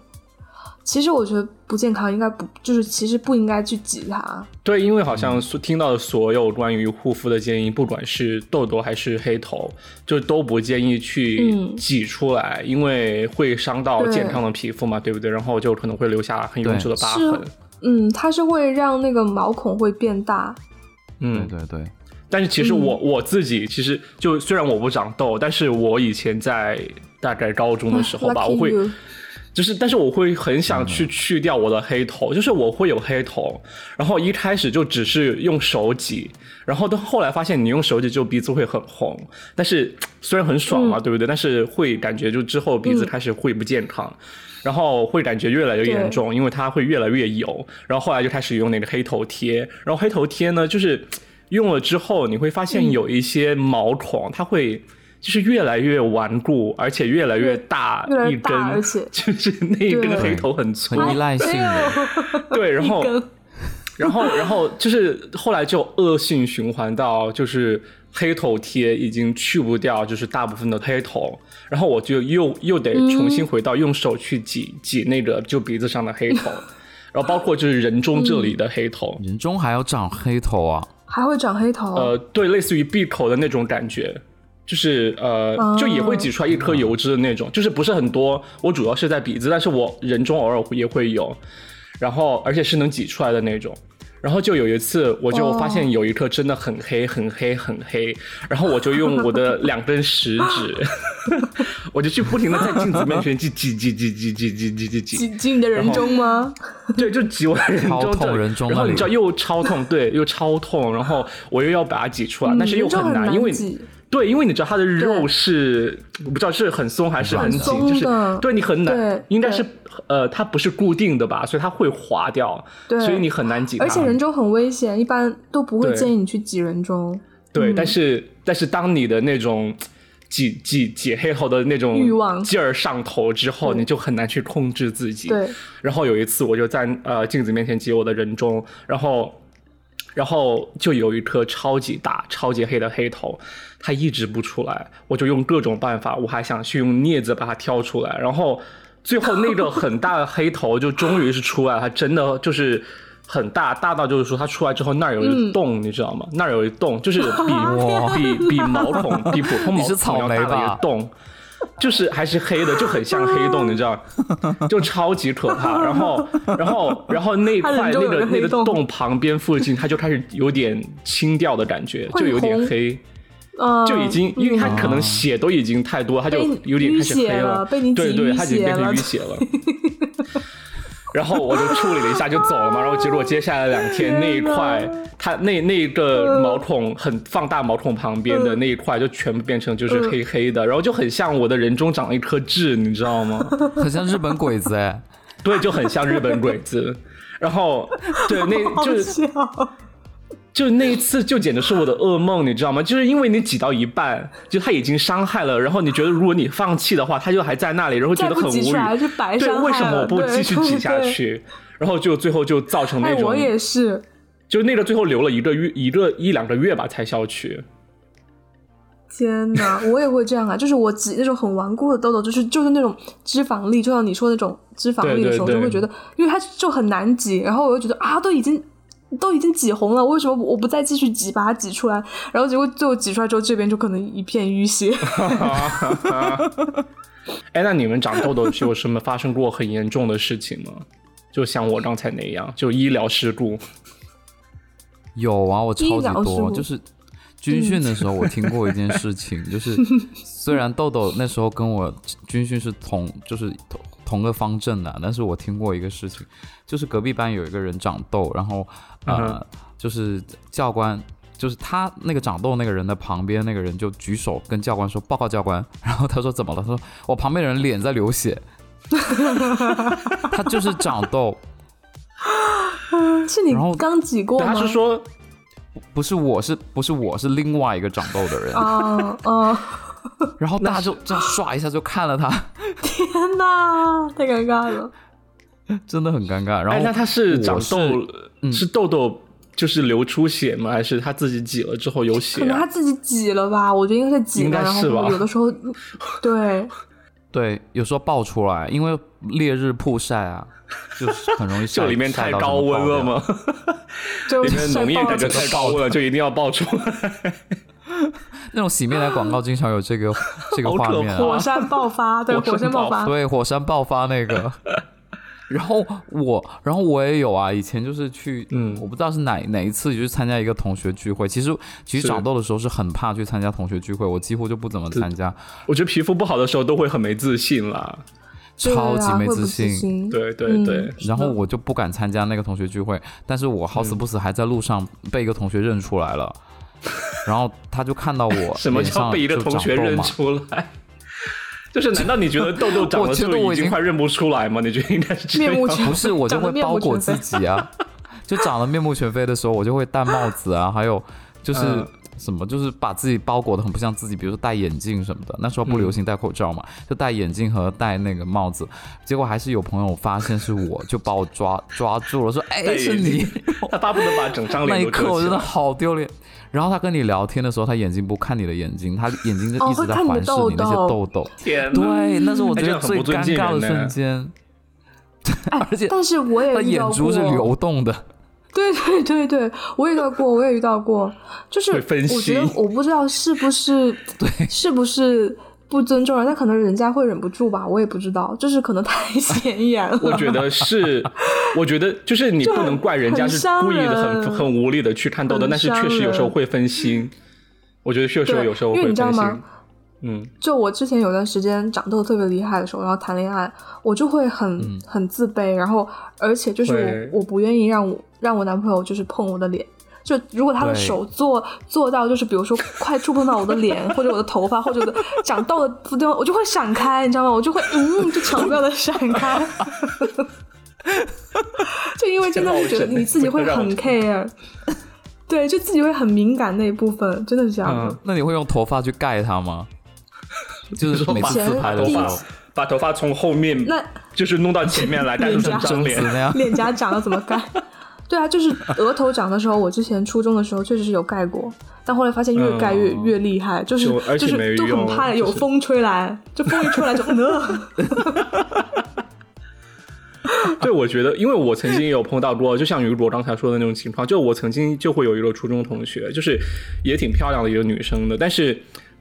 Speaker 1: 其实我觉得不健康，应该不就是其实不应该去挤它。
Speaker 3: 对，因为好
Speaker 1: 嗯
Speaker 3: 像所听到的所有关于护肤的建议，不管是痘痘还是黑头，就都不建议去
Speaker 1: 嗯
Speaker 3: 挤出来，因为会伤到
Speaker 1: 对
Speaker 3: 健康的皮肤嘛，对不对？然后就可能会留下很永久的疤
Speaker 1: 是
Speaker 3: 痕。
Speaker 1: 嗯，它是会让那个毛孔会变大。
Speaker 2: 对
Speaker 3: 嗯，
Speaker 2: 对对，
Speaker 3: 但是其实
Speaker 1: 嗯
Speaker 3: 我、我自己其实就虽然我不长痘，但是我以前在大概高中的时候吧，我
Speaker 1: Lucky
Speaker 3: 会
Speaker 1: you，
Speaker 3: 就是但是我会很想去去掉我的黑头，就是我会有黑头，然后一开始就只是用手挤，然后到后来发现你用手挤就鼻子会很红，但是虽然很爽
Speaker 1: 嗯
Speaker 3: 嘛，对不对？但是会感觉就之后鼻子开始会不健康。然后会感觉越来越严重，因为它会越来越油。然后后来就开始用那个黑头贴，然后黑头贴呢，就是用了之后你会发
Speaker 1: 嗯
Speaker 3: 现有一些毛孔，它会就是越来越顽固，而且越来越大
Speaker 1: 越来
Speaker 3: 一
Speaker 1: 越
Speaker 3: 根
Speaker 1: 大，而且，
Speaker 3: 就是那一根
Speaker 1: 对
Speaker 3: 黑头很粗
Speaker 2: 很，依赖性的，
Speaker 3: 对，然后
Speaker 1: 一根
Speaker 3: 然后，然后就是后来就恶性循环到，就是黑头贴已经去不掉，就是大部分的黑头，然后我就又又得重新回到用手去挤、挤那个就鼻子上的黑头，然后包括就是人中这里的黑头，
Speaker 2: 人中还要长黑头啊，
Speaker 1: 还会长黑头，
Speaker 3: 呃，对，类似于闭口的那种感觉。就是呃，
Speaker 1: 哦
Speaker 3: 就也会挤出来一颗油脂的那种，就是不是很多。我主要是在鼻子，但是我人中偶尔也会有，然后而且是能挤出来的那种。然后就有一次，我就
Speaker 1: 哦
Speaker 3: 发现有一颗真的很黑、很黑、很黑，然后我就用我的两根食指， 我就去不停的在镜子面前去挤挤挤挤挤挤挤挤挤，
Speaker 1: 挤挤你的人中吗？
Speaker 3: 对，就挤我的人
Speaker 2: 超
Speaker 3: 中
Speaker 2: 痛
Speaker 3: 这里
Speaker 2: 人中
Speaker 3: 然后
Speaker 2: 那
Speaker 3: 你
Speaker 2: 里
Speaker 3: 知道又超痛，对，又超痛，然后我又要把它挤出啊来，但是又
Speaker 1: 嗯人中很
Speaker 3: 难，因为
Speaker 1: 挤
Speaker 3: 对，因为你知道它的肉
Speaker 1: 对
Speaker 3: 是我不知道是很松还是很紧，
Speaker 1: 很松
Speaker 3: 就是
Speaker 1: 的
Speaker 3: 对你很难
Speaker 1: 对，
Speaker 3: 应该
Speaker 1: 对
Speaker 3: 是呃它不是固定的吧，所以它会滑掉，
Speaker 1: 对
Speaker 3: 所以你很难挤它。
Speaker 1: 而且人中很危险，一般都不会
Speaker 3: 对
Speaker 1: 建议你去挤人中。
Speaker 3: 对，但是但是当你的那种挤挤挤黑头的那种
Speaker 1: 欲望
Speaker 3: 劲儿上头之后，
Speaker 1: 对
Speaker 3: 你就很难去控制自己。
Speaker 1: 对，
Speaker 3: 然后有一次我就在呃镜子面前挤我的人中，然后。然后就有一颗超级大、超级黑的黑头，它一直不出来，我就用各种办法，我还想去用镊子把它挑出来，然后最后那个很大的黑头就终于是出来，它真的就是很大，大到就是说它出来之后那儿有一洞，你知道吗？那儿有一洞，就是比
Speaker 2: 哇
Speaker 3: 比比毛孔比普通毛
Speaker 2: 你是
Speaker 3: 孔
Speaker 2: 草
Speaker 3: 要
Speaker 2: 莓
Speaker 3: 大的一个
Speaker 2: 吧
Speaker 3: 洞。就是还是黑的，就很像黑洞，你知道，就超级可怕。然后，然后，然后那
Speaker 1: 它
Speaker 3: 块
Speaker 1: 人中
Speaker 3: 那
Speaker 1: 有
Speaker 3: 个
Speaker 1: 个
Speaker 3: 那
Speaker 1: 黑
Speaker 3: 个
Speaker 1: 洞
Speaker 3: 洞旁边附近，它就开始有点青掉的感觉，
Speaker 1: 会
Speaker 3: 就有点
Speaker 1: 红
Speaker 3: 黑，
Speaker 1: 嗯，
Speaker 3: 就已经因为它可能
Speaker 2: 嗯
Speaker 3: 血都已经太多，它就
Speaker 1: 被你
Speaker 3: 有点开始黑
Speaker 1: 淤血了被你
Speaker 3: 对
Speaker 1: 挤
Speaker 3: 对，
Speaker 1: 淤
Speaker 3: 它已经
Speaker 1: 血
Speaker 3: 变成
Speaker 1: 了
Speaker 3: 淤血了。 然后我就处理了一下就走了嘛，然后结果接下来两天那一块，它那那个毛孔很放大毛孔旁边的那一块就全部变成就是
Speaker 1: 嗯
Speaker 3: 黑黑的，然后就很像我的人中长了一颗痣，你知道吗？
Speaker 2: 很像日本鬼子哎。
Speaker 3: 对，就很像日本鬼子。然后对，那
Speaker 1: 好
Speaker 3: 就是
Speaker 1: 笑，
Speaker 3: 就那一次，就简直是我的噩梦，你知道吗？就是因为你挤到一半，就他已经伤害了，然后你觉得如果你放弃的话，他就还在那里，然后觉
Speaker 1: 再
Speaker 3: 得
Speaker 1: 不
Speaker 3: 很
Speaker 1: 挤
Speaker 3: 无
Speaker 1: 出来
Speaker 3: 语。
Speaker 1: 就白
Speaker 3: 对，
Speaker 1: 伤
Speaker 3: 为
Speaker 1: 害
Speaker 3: 什么我
Speaker 1: 了
Speaker 3: 不
Speaker 1: 对
Speaker 3: 继续挤下
Speaker 1: 对
Speaker 3: 去？然后就最后就造成那
Speaker 1: 哎，
Speaker 3: 种，
Speaker 1: 我也是，
Speaker 3: 就那个最后留了一个月、一个一两个月吧才 消去。
Speaker 1: 天哪，我也会这样啊！就是我挤那种很顽固的痘痘，就是就是那种脂肪粒，就像你说的那种脂肪粒的时候，
Speaker 3: 对对对
Speaker 1: 就会觉得，因为它就很难挤，然后我就觉得啊，都已经都已经挤红了，为什么我不再继续挤，把它挤出来？然后结果最后挤出来之后，这边就可能一片淤 血。
Speaker 3: 哎，那你们长痘痘是有什么发生过很严重的事情吗？就像我刚才那样，就医疗事故。
Speaker 2: 有啊，我超
Speaker 1: 医
Speaker 2: 级
Speaker 1: 疗事
Speaker 2: 多，
Speaker 1: 故
Speaker 2: 就是军训的时候，我听过一件 事情，就是虽然豆豆那时候跟我军训是同，就是同同个方阵的，但是我听过一个事情，就是隔壁班有一个人长痘，然后
Speaker 3: 嗯
Speaker 2: 呃，
Speaker 3: 哼
Speaker 2: 就是教官。就是他那个长痘那个人的旁边那个人就举手跟教官说报告教官，然后他说怎么了？他说我旁边的人脸在 流血，他就是长痘，
Speaker 1: 是你
Speaker 2: 然后
Speaker 1: 刚挤过
Speaker 3: 他
Speaker 1: 吗？
Speaker 3: 是说
Speaker 2: 不是我是不是我是另外一个长痘的人，
Speaker 1: 啊 啊！
Speaker 2: 然后大家就这样唰一下就看了他，
Speaker 1: 天哪，太尴尬了！
Speaker 2: 真的很尴尬。然
Speaker 3: 哎，那
Speaker 2: 后
Speaker 3: 他是长
Speaker 2: 我
Speaker 3: 痘
Speaker 2: 是，嗯
Speaker 3: 是痘痘就是流出血吗？还是他自己挤了之后有血
Speaker 1: 可能
Speaker 3: 啊、
Speaker 1: 他自己挤了吧，我觉得应该是挤
Speaker 3: 应
Speaker 1: 了，
Speaker 3: 该
Speaker 1: 然
Speaker 3: 是吧
Speaker 1: 后有的时 候，对，
Speaker 2: 对，有时候爆出来，因为烈日曝晒啊， 就是很容易晒
Speaker 3: 就里面太高温了？吗？
Speaker 1: 就
Speaker 3: 里面
Speaker 1: 晒
Speaker 3: 浓液
Speaker 1: 爆
Speaker 3: 感觉
Speaker 1: 了
Speaker 3: 太高温 了，就一定要爆出来。
Speaker 2: 晒到什么爆掉那种洗面奶广告经常有这 个这个
Speaker 3: 好可
Speaker 2: 画面
Speaker 3: 怕
Speaker 2: 啊，
Speaker 1: 火山爆发，对，
Speaker 3: 火山
Speaker 1: 火山爆
Speaker 3: 爆
Speaker 1: 发，
Speaker 2: 对，火山爆发那 个。 然后我，然后我也有啊，以前就是去，
Speaker 3: 嗯
Speaker 2: 我不知道是哪哪一次，就是参加一个同学聚会。其实其实
Speaker 3: 是
Speaker 2: 长痘的时候是很怕去参加同学聚会，我几乎就不怎么参加。
Speaker 3: 我觉得皮肤不好的时候都会很没自信啦。
Speaker 1: 对
Speaker 2: 超级
Speaker 1: 啊
Speaker 2: 没
Speaker 1: 会
Speaker 2: 自
Speaker 1: 不
Speaker 2: 信
Speaker 1: 信。
Speaker 3: 对对对，
Speaker 1: 嗯
Speaker 2: 然后我就不敢参加那个同学聚会，但是我好死不死还在路上被一个同学认出来 了，然后他就看到我
Speaker 3: 什么
Speaker 2: 脸上
Speaker 3: 叫被一个
Speaker 2: 就
Speaker 3: 同
Speaker 2: 长
Speaker 3: 学
Speaker 2: 痘
Speaker 3: 认
Speaker 2: 嘛
Speaker 3: 出来？ 就是难道你觉得痘痘长
Speaker 2: 我
Speaker 3: 了
Speaker 2: 觉
Speaker 3: 之
Speaker 2: 得我
Speaker 3: 后
Speaker 2: 已
Speaker 3: 已
Speaker 2: 经
Speaker 3: 经快认不出来吗？你觉得应该是这
Speaker 1: 面目
Speaker 3: 样？
Speaker 1: 全
Speaker 2: 不是，我就
Speaker 1: 长得
Speaker 2: 会
Speaker 1: 面目
Speaker 2: 包裹
Speaker 1: 全
Speaker 2: 自
Speaker 1: 非
Speaker 2: 己啊， 就长得面目全非的时候，我就会戴帽子啊，还有就是。
Speaker 3: 嗯
Speaker 2: 什么就是把自己包裹的很不像自己，比如说戴眼镜什么的。那时候不流行戴口罩嘛，
Speaker 3: 嗯
Speaker 2: 就戴眼镜和戴那个帽子。结果还是有朋友发现是我，就把我抓抓住了，说：“哎，是你。”
Speaker 3: 他巴不得把整 张
Speaker 2: 那
Speaker 3: 脸
Speaker 2: 一
Speaker 3: 都
Speaker 2: 刻我
Speaker 3: 遮起
Speaker 2: 真的
Speaker 3: 来。
Speaker 2: 好丢脸。然后他跟你聊天的时候，他眼睛不看你的眼睛，他眼睛就
Speaker 1: 哦
Speaker 2: 一直
Speaker 1: 会
Speaker 2: 在
Speaker 1: 看你的
Speaker 2: 环视
Speaker 1: 痘
Speaker 2: 你那些
Speaker 1: 痘
Speaker 2: 痘痘。
Speaker 3: 天哪，
Speaker 2: 对，那是我
Speaker 3: 哎
Speaker 2: 觉
Speaker 3: 这
Speaker 2: 得
Speaker 3: 样嗯很
Speaker 2: 最
Speaker 3: 不尊
Speaker 2: 尴
Speaker 3: 敬
Speaker 2: 尬的
Speaker 3: 人呢
Speaker 2: 瞬间， 而且
Speaker 1: 哎但是我
Speaker 2: 他
Speaker 1: 也遇到
Speaker 2: 眼
Speaker 1: 过，
Speaker 2: 珠是流动的。
Speaker 1: 对对对对，我也遇到过，我也遇到过，就是
Speaker 3: 会分
Speaker 1: 我觉得
Speaker 3: 析
Speaker 1: 我不知道是不 是是不是不尊重人，但可能人家会忍不住吧，我也不知道，就是可能太 显眼了。
Speaker 3: 我觉 得是，我觉得就是你
Speaker 1: 就
Speaker 3: 不
Speaker 1: 很
Speaker 3: 能怪人家
Speaker 1: 很
Speaker 3: 是
Speaker 1: 伤
Speaker 3: 故意的很，
Speaker 1: 人
Speaker 3: 很无理的去看痘痘，
Speaker 1: 很
Speaker 3: 但是确实有
Speaker 1: 伤
Speaker 3: 时候
Speaker 1: 人
Speaker 3: 会分心。我觉得确实
Speaker 1: 对
Speaker 3: 有时候
Speaker 1: 因为
Speaker 3: 会
Speaker 1: 你知道
Speaker 3: 分
Speaker 1: 吗
Speaker 3: 心。嗯，
Speaker 1: 就我之前有段时间长痘特别厉害的时候，然后谈恋爱，我就会很、很自卑，然后而且就是
Speaker 3: 会
Speaker 1: 我我不愿意让我让我男朋友就是碰我的脸。就如果他的
Speaker 2: 对
Speaker 1: 手做做到，就是比如说快触碰到我的脸，或者我的头发，或者我的长痘的地方，我就会闪开，你知道吗？我就会嗯，就巧妙的闪开。 就因为真的是觉得你自己会很 care，对，就自己会很敏感那一部分，真的是这样的。
Speaker 3: 嗯
Speaker 2: 那你会用头发去盖它吗？就是每
Speaker 3: 把
Speaker 2: 次自拍的时
Speaker 1: 剪
Speaker 2: 候
Speaker 1: 头，
Speaker 3: 把头发从后面
Speaker 1: 那
Speaker 3: 就是弄到前面来，带着整张
Speaker 2: 贞
Speaker 3: 脸
Speaker 2: 子。那样。
Speaker 1: 脸颊长了怎么盖？对啊，就是额头长的时候，我之前初中的时候确实是有盖过，但后来发现越盖越、
Speaker 2: 嗯
Speaker 1: 越厉害，就是
Speaker 3: 就而且
Speaker 1: 就
Speaker 3: 没
Speaker 1: 是就很
Speaker 3: 用
Speaker 1: 怕有
Speaker 3: 就是
Speaker 1: 风吹来，就风一吹来就 嗯 no。
Speaker 3: 对，我觉得，因为我曾经也有碰到过，就像雨果刚才说的那种情况，就我曾经就会有一个初中同学，就是也挺漂亮的一个女生的，但是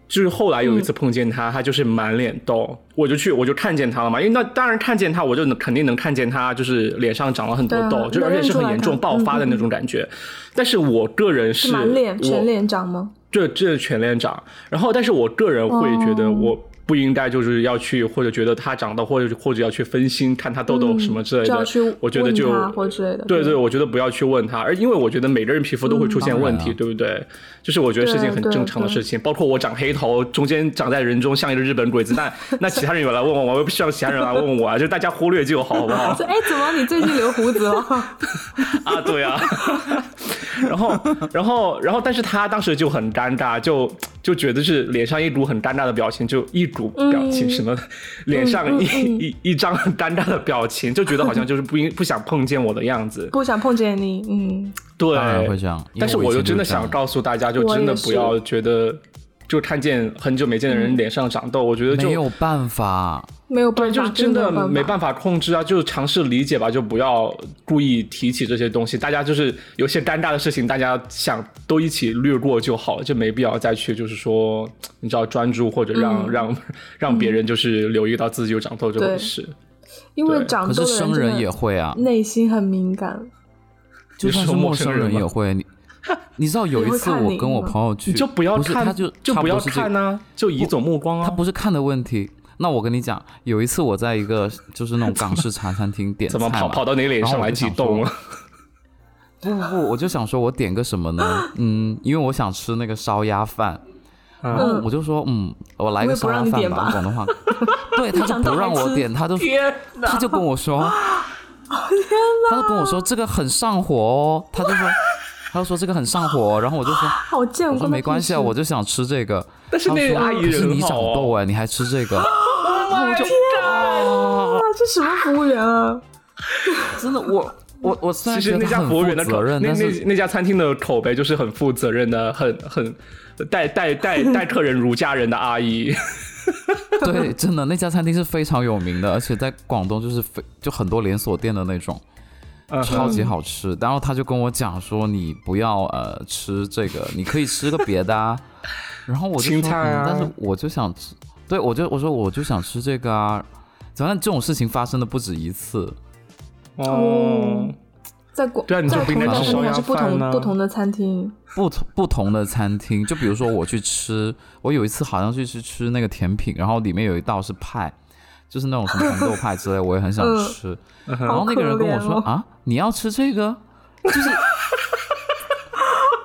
Speaker 3: 就是后来有一次
Speaker 1: 嗯
Speaker 3: 碰见她，她就是满脸痘，我就去我就看见她了嘛，因为那当然看见她，我就能肯定能看见她就是脸上长了很多
Speaker 1: 对啊
Speaker 3: 痘，就
Speaker 1: 能
Speaker 3: 而且
Speaker 1: 认
Speaker 3: 是
Speaker 1: 出
Speaker 3: 很
Speaker 1: 来
Speaker 3: 严
Speaker 1: 的
Speaker 3: 重爆发的那
Speaker 1: 嗯
Speaker 3: 种感觉。但是我个人是
Speaker 1: 满脸
Speaker 3: 我
Speaker 1: 全脸长吗？
Speaker 3: 这这是全脸长。然后，但是我个人会觉得
Speaker 1: 哦
Speaker 3: 我不应该就是要去，或者觉得他长到，或者或者要去分心看他痘痘
Speaker 1: 嗯
Speaker 3: 什么之类
Speaker 1: 就
Speaker 3: 的。
Speaker 1: 要去
Speaker 3: 我觉得就
Speaker 1: 问他或之类的
Speaker 3: 对
Speaker 1: 对嗯
Speaker 3: 对，我觉得不要去问他，而因为我觉得每个人皮肤都会出现问
Speaker 2: 当
Speaker 3: 题，
Speaker 2: 然啊
Speaker 3: 对不对？就是我觉得是件很正常的事情。包括我长黑头，中间长在人中像一个日本鬼子，那那其他人有来问我，我又不希望其他人来问我啊，就大家忽略就好，好 不好？
Speaker 1: 说哎，怎么你最近留胡子了？
Speaker 3: 啊，对啊， 然后，然后，然后，但是他当时就很尴尬，就就觉得是脸上一股很尴尬的表情，就一股表情，
Speaker 1: 嗯
Speaker 3: 什么脸上
Speaker 1: 嗯
Speaker 3: 一、
Speaker 1: 嗯
Speaker 3: 一一张很尴尬的表情，就觉得好像就是不应不想碰见我的样子。
Speaker 1: 不想碰见你，嗯，
Speaker 3: 对，
Speaker 2: 当然会这样因为
Speaker 3: 但是
Speaker 2: 我以
Speaker 3: 我就
Speaker 2: 前
Speaker 3: 真的
Speaker 2: 就是这样
Speaker 3: 想告诉大家，就
Speaker 1: 我
Speaker 3: 真的
Speaker 1: 也
Speaker 3: 不
Speaker 1: 是嗯
Speaker 3: 要觉得就看见很久没见的人脸上长痘，我觉得 就
Speaker 2: 没有办法，
Speaker 1: 没有办
Speaker 3: 对，
Speaker 1: 法，
Speaker 3: 就是真的没
Speaker 1: 法。
Speaker 3: 办法控制啊，就是尝试理解吧，就不要故意提起这些东西。大家就是有些尴尬的事情，大家想都一起略过就好了，就没必要再去就是说，你知道专注或者让、 让让别人就是留意到自己有长痘这回
Speaker 1: 对
Speaker 3: 事。
Speaker 1: 因为
Speaker 3: 对
Speaker 1: 长
Speaker 2: 可
Speaker 1: 痘
Speaker 2: 是
Speaker 1: 的
Speaker 2: 生人
Speaker 1: 真
Speaker 2: 也
Speaker 1: 的
Speaker 2: 会啊，
Speaker 1: 内心很敏感，
Speaker 2: 就
Speaker 3: 你
Speaker 2: 算
Speaker 3: 说
Speaker 2: 是
Speaker 3: 陌
Speaker 2: 陌
Speaker 3: 生
Speaker 2: 生
Speaker 3: 人
Speaker 2: 人也
Speaker 3: 吗
Speaker 2: 会。 你你知道有
Speaker 1: 你
Speaker 2: 一
Speaker 1: 会
Speaker 2: 次
Speaker 1: 看
Speaker 2: 我
Speaker 1: 你
Speaker 2: 跟我
Speaker 1: 吗
Speaker 2: 朋友去，
Speaker 3: 你就不要
Speaker 2: 是
Speaker 3: 看，
Speaker 2: 他就差
Speaker 3: 不
Speaker 2: 多
Speaker 3: 要
Speaker 2: 是这个
Speaker 3: 看啊，就移走目光啊。
Speaker 2: 他不是看的问题。那我跟你讲，有一次我在一个就是那种港式茶餐厅点菜
Speaker 3: 怎么跑
Speaker 2: 嘛
Speaker 3: 跑到你脸
Speaker 2: 然后
Speaker 3: 上
Speaker 2: 我
Speaker 3: 来
Speaker 2: 就
Speaker 3: 激
Speaker 2: 想
Speaker 3: 动
Speaker 2: 说
Speaker 3: 啊？
Speaker 2: 不不不，我就想说我点个什么 呢？嗯，因为我想吃那个烧鸭饭，然后
Speaker 1: 嗯
Speaker 2: 我就说嗯，我来
Speaker 1: 我
Speaker 2: 个
Speaker 1: 也不
Speaker 2: 烧鸭
Speaker 1: 让你
Speaker 2: 饭
Speaker 1: 点
Speaker 2: 吧，
Speaker 1: 吧
Speaker 2: 广东话。对，他就
Speaker 1: 想到
Speaker 2: 不让
Speaker 1: 还
Speaker 2: 我
Speaker 1: 吃
Speaker 2: 点，他就
Speaker 3: 天哪！
Speaker 2: 他就跟我说，他就跟我说这个很上火哦，他就说。他就说这个很上火哦，然后我就说，
Speaker 1: 好贱，
Speaker 2: 我说
Speaker 1: 关他
Speaker 2: 没关系 啊，
Speaker 1: 屁事
Speaker 2: 我就想吃这个。
Speaker 3: 但是那个
Speaker 2: 他说
Speaker 3: 阿姨
Speaker 2: 可是
Speaker 3: 人
Speaker 2: 你
Speaker 3: 好
Speaker 2: 长
Speaker 3: 哦
Speaker 2: 痘哎，你还吃这个？
Speaker 3: 我就
Speaker 1: 啊，这什么服务员啊？
Speaker 2: 真的，我我我虽
Speaker 3: 其
Speaker 2: 然觉
Speaker 3: 实
Speaker 2: 得
Speaker 3: 那
Speaker 2: 他
Speaker 3: 家
Speaker 2: 很
Speaker 3: 服务员
Speaker 2: 负
Speaker 3: 的
Speaker 2: 责
Speaker 3: 口，那
Speaker 2: 任，
Speaker 3: 那
Speaker 2: 但 是
Speaker 3: 那家餐厅的口碑就是很负责任的，很很待待待待客人如家人的阿姨。
Speaker 2: 对，真的那家餐厅是非常有名的，而且在广东就是非就很多连锁店的那种，
Speaker 3: 嗯
Speaker 2: 超级好吃。然后他就跟我讲说，你不要呃吃这个，你可以吃个别的啊。 然后我就
Speaker 3: 青
Speaker 2: 说，
Speaker 3: 菜啊
Speaker 2: 嗯但是我就想吃，对我就我说我就想吃这个啊。反正这种事情发生的不止一次，
Speaker 1: 哦，在广
Speaker 3: 对啊你就
Speaker 1: 在
Speaker 3: 不
Speaker 1: 同
Speaker 3: 应
Speaker 1: 一
Speaker 3: 该
Speaker 1: 家
Speaker 2: 吃
Speaker 1: 餐
Speaker 2: 烧
Speaker 1: 厅还
Speaker 3: 鸭
Speaker 1: 是不
Speaker 3: 饭
Speaker 1: 同、
Speaker 3: 啊
Speaker 1: 不同的餐厅？
Speaker 2: 不同不同的餐厅，就比如说我去吃，我有一次好像去去吃那个甜品，然后里面有一道是派，就是那种什么红豆派之类，我也很想吃。然后那个人跟我说、
Speaker 1: 嗯好可怜哦
Speaker 2: 啊，你要吃这个，就是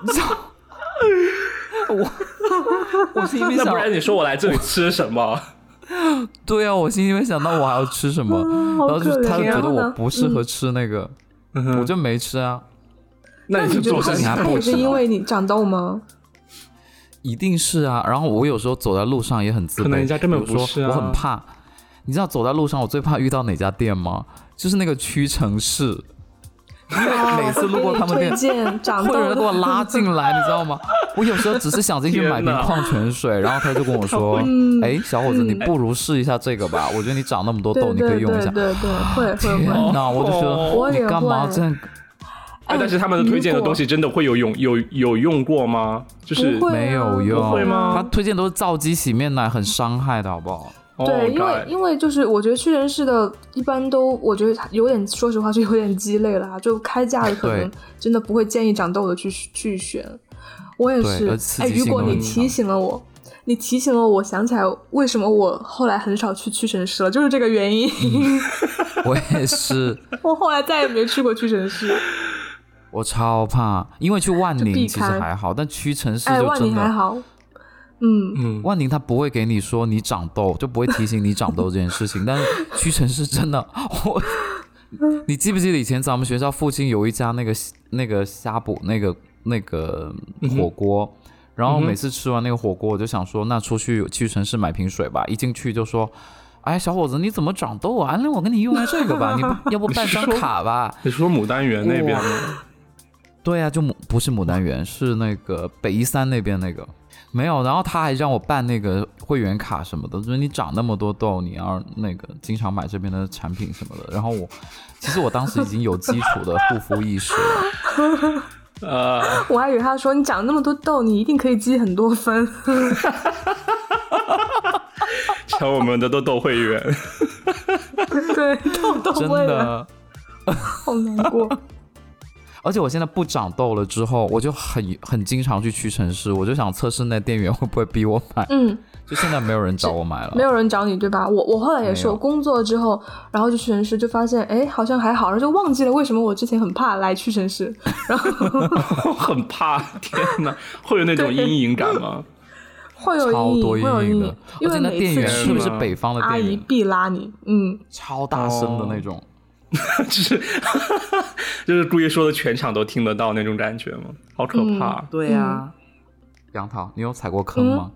Speaker 2: 你知道， 我我心里面
Speaker 3: 那
Speaker 2: 想
Speaker 3: 不，然你说我来这里吃什么？
Speaker 2: 对啊，我心里面想到我还要吃什么，
Speaker 1: 嗯好
Speaker 2: 然后就是
Speaker 1: 可
Speaker 2: 他就
Speaker 1: 怜啊
Speaker 2: 觉
Speaker 1: 然
Speaker 2: 得
Speaker 1: 后
Speaker 2: 我
Speaker 1: 呢嗯
Speaker 2: 不适合吃那个，我就没吃啊。
Speaker 3: 那你
Speaker 1: 你
Speaker 3: 是
Speaker 1: 觉得他
Speaker 3: 做生意
Speaker 2: 还
Speaker 1: 他
Speaker 2: 不
Speaker 1: 也
Speaker 2: 知
Speaker 1: 是
Speaker 2: 道
Speaker 1: 因为你长痘 吗？
Speaker 2: 一定是啊。然后我有时候走在路上也很自卑，
Speaker 3: 可能人家根本
Speaker 2: 比如说
Speaker 3: 不是啊
Speaker 2: 我很怕，你知道走在路上我最怕遇到哪家店吗？就是那个屈臣氏，因 为每次路过他们
Speaker 1: 给你
Speaker 2: 店
Speaker 1: 推。荐 长
Speaker 2: 会
Speaker 1: 痘
Speaker 2: 有人
Speaker 1: 的
Speaker 2: 给我拉进 来，你知道吗？我有时候只是想进去买瓶
Speaker 3: 天哪
Speaker 2: 矿泉水，然后他就跟我说：“
Speaker 1: 嗯
Speaker 2: 哎，小伙子，你不如试一下这个吧，我觉得你长那么多
Speaker 1: 对
Speaker 2: 痘，你可
Speaker 1: 对
Speaker 2: 以用一
Speaker 1: 对
Speaker 2: 下。”
Speaker 1: 对对，会会
Speaker 2: 天
Speaker 1: 会。
Speaker 2: 哪，我就觉
Speaker 1: 我
Speaker 2: 得
Speaker 1: 也
Speaker 2: 你干嘛
Speaker 1: 会
Speaker 2: 这样？
Speaker 3: 哎，但是他们的推荐的东西真的会有用有有用过吗？就是
Speaker 1: 不会啊
Speaker 2: 没有用，
Speaker 3: 不会吗
Speaker 2: 他推荐都是皂基洗面奶，很伤害的，好 不好？
Speaker 3: 哦
Speaker 1: 对，因为
Speaker 3: God
Speaker 1: 因为就是我觉得屈臣氏的，一般都我觉得有点，说实话是有点鸡肋了啊，就开价的可能
Speaker 2: 对
Speaker 1: 真的不会建议长痘的去去选。我也
Speaker 2: 对
Speaker 1: 是
Speaker 2: 而刺，
Speaker 1: 哎，
Speaker 2: 激性
Speaker 1: 如果
Speaker 2: 都
Speaker 1: 你
Speaker 2: 很
Speaker 1: 提醒了我，你提醒了我，我想起来为什么我后来很少去屈臣氏了，就是这个原因。
Speaker 2: 嗯我也是，
Speaker 1: 我后来再也没去过屈臣氏。
Speaker 2: 我超怕，因为去万
Speaker 1: 就避
Speaker 2: 宁
Speaker 1: 开
Speaker 2: 其实还好，但屈臣氏
Speaker 1: 哎，
Speaker 2: 就
Speaker 1: 万
Speaker 2: 真
Speaker 1: 宁还
Speaker 2: 的，
Speaker 1: 好，嗯，
Speaker 3: 嗯，
Speaker 2: 万宁他不会给你说你长痘，就不会提醒你长痘这件事情，但是屈臣氏真的， 我，你记不记得以前咱们学校附近有一家那个那个呷哺那个那个火锅？然后每次吃完那个火锅，我就想说，那出去屈臣氏买瓶水吧。一进去就说，哎，小伙子，你怎么长痘啊？那我给你用下这个吧，你不要不办张卡吧？
Speaker 3: 你说牡丹园那边吗？
Speaker 2: 对啊，就牡不是牡丹园，是那个北一三那边那个没有。然后他还让我办那个会员卡什么的，就是你长那么多痘，你要那个经常买这边的产品什么的。然后我其实我当时已经有基础的护肤意识了，
Speaker 3: 呃，
Speaker 1: 我还以为他说你长那么多痘，你一定可以积很多分。
Speaker 3: 成我们的豆豆会员，
Speaker 1: 对，痘痘
Speaker 2: 真
Speaker 1: 味了，
Speaker 2: 的。
Speaker 1: 好难过。
Speaker 2: 而且我现在不长痘了之后，我就很很经常去屈臣氏，我就想测试那店员会不会逼我买。
Speaker 1: 嗯，
Speaker 2: 就现在没有人找我买了，
Speaker 1: 没有人找你对吧？我我后来也是，
Speaker 2: 嗯没有
Speaker 1: 我工作之后，然后就去城市，就发现哎，好像还好，然后就忘记了为什么我之前很怕来屈臣氏。
Speaker 3: 我很怕，天哪， 会有那种阴影感吗？
Speaker 1: 会有
Speaker 2: 超
Speaker 1: 阴影，
Speaker 2: 多
Speaker 1: 会
Speaker 2: 阴
Speaker 1: 有
Speaker 2: 影
Speaker 1: 阴
Speaker 2: 的
Speaker 1: 影，。
Speaker 2: 而
Speaker 1: 因
Speaker 2: 且
Speaker 1: 为
Speaker 2: 那
Speaker 1: 每
Speaker 2: 店
Speaker 1: 次
Speaker 2: 员
Speaker 1: 去
Speaker 2: 是不是北方的
Speaker 1: 阿
Speaker 2: 店
Speaker 1: 姨
Speaker 2: 员？
Speaker 1: 必拉你，嗯，
Speaker 2: 超大声的那种。
Speaker 3: 就是就是故意说的，全场都听得到那种感觉吗？好可
Speaker 1: 嗯
Speaker 3: 怕！
Speaker 2: 对呀、嗯杨桃，你有踩过坑吗？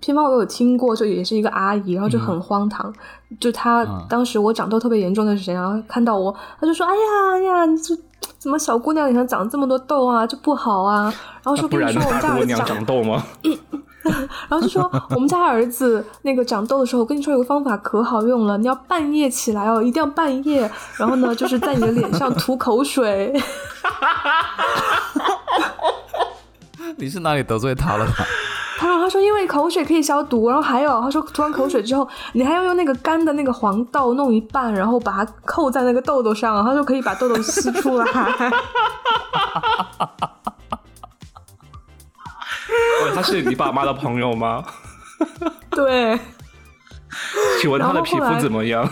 Speaker 1: 偏方我有听过，就也是一个阿姨，然后就很荒唐，就她
Speaker 2: 嗯
Speaker 1: 当时我长痘特别严重的时候，然后看到我，她就说：“哎呀哎呀，你这怎么小姑娘脸上长这么多痘啊，这不好啊。”然后
Speaker 3: 那
Speaker 1: 说
Speaker 3: 不
Speaker 1: 跟你说
Speaker 3: 然
Speaker 1: 我们
Speaker 3: 大
Speaker 1: 家
Speaker 3: 姑
Speaker 1: 儿子
Speaker 3: 娘
Speaker 1: 长
Speaker 3: 长痘吗？
Speaker 1: 然后就说我们家儿子那个长痘的时候，我跟你说有个方法可好用了，你要半夜起来哦，一定要半夜，然后呢就是在你的脸上涂口水，
Speaker 2: 嗯你是哪里得罪 他了吧？
Speaker 1: 他说：“他说因为口水可以消毒，然后还有他说涂完口水之后，你还要用那个干的那个黄豆弄一半，然后把它扣在那个痘痘上，他说可以把痘痘吸出 来。
Speaker 3: 哦他是你爸妈的朋友吗？
Speaker 1: 对，
Speaker 3: 请问他的
Speaker 1: 然后
Speaker 3: 皮
Speaker 1: 后来
Speaker 3: 肤怎么样？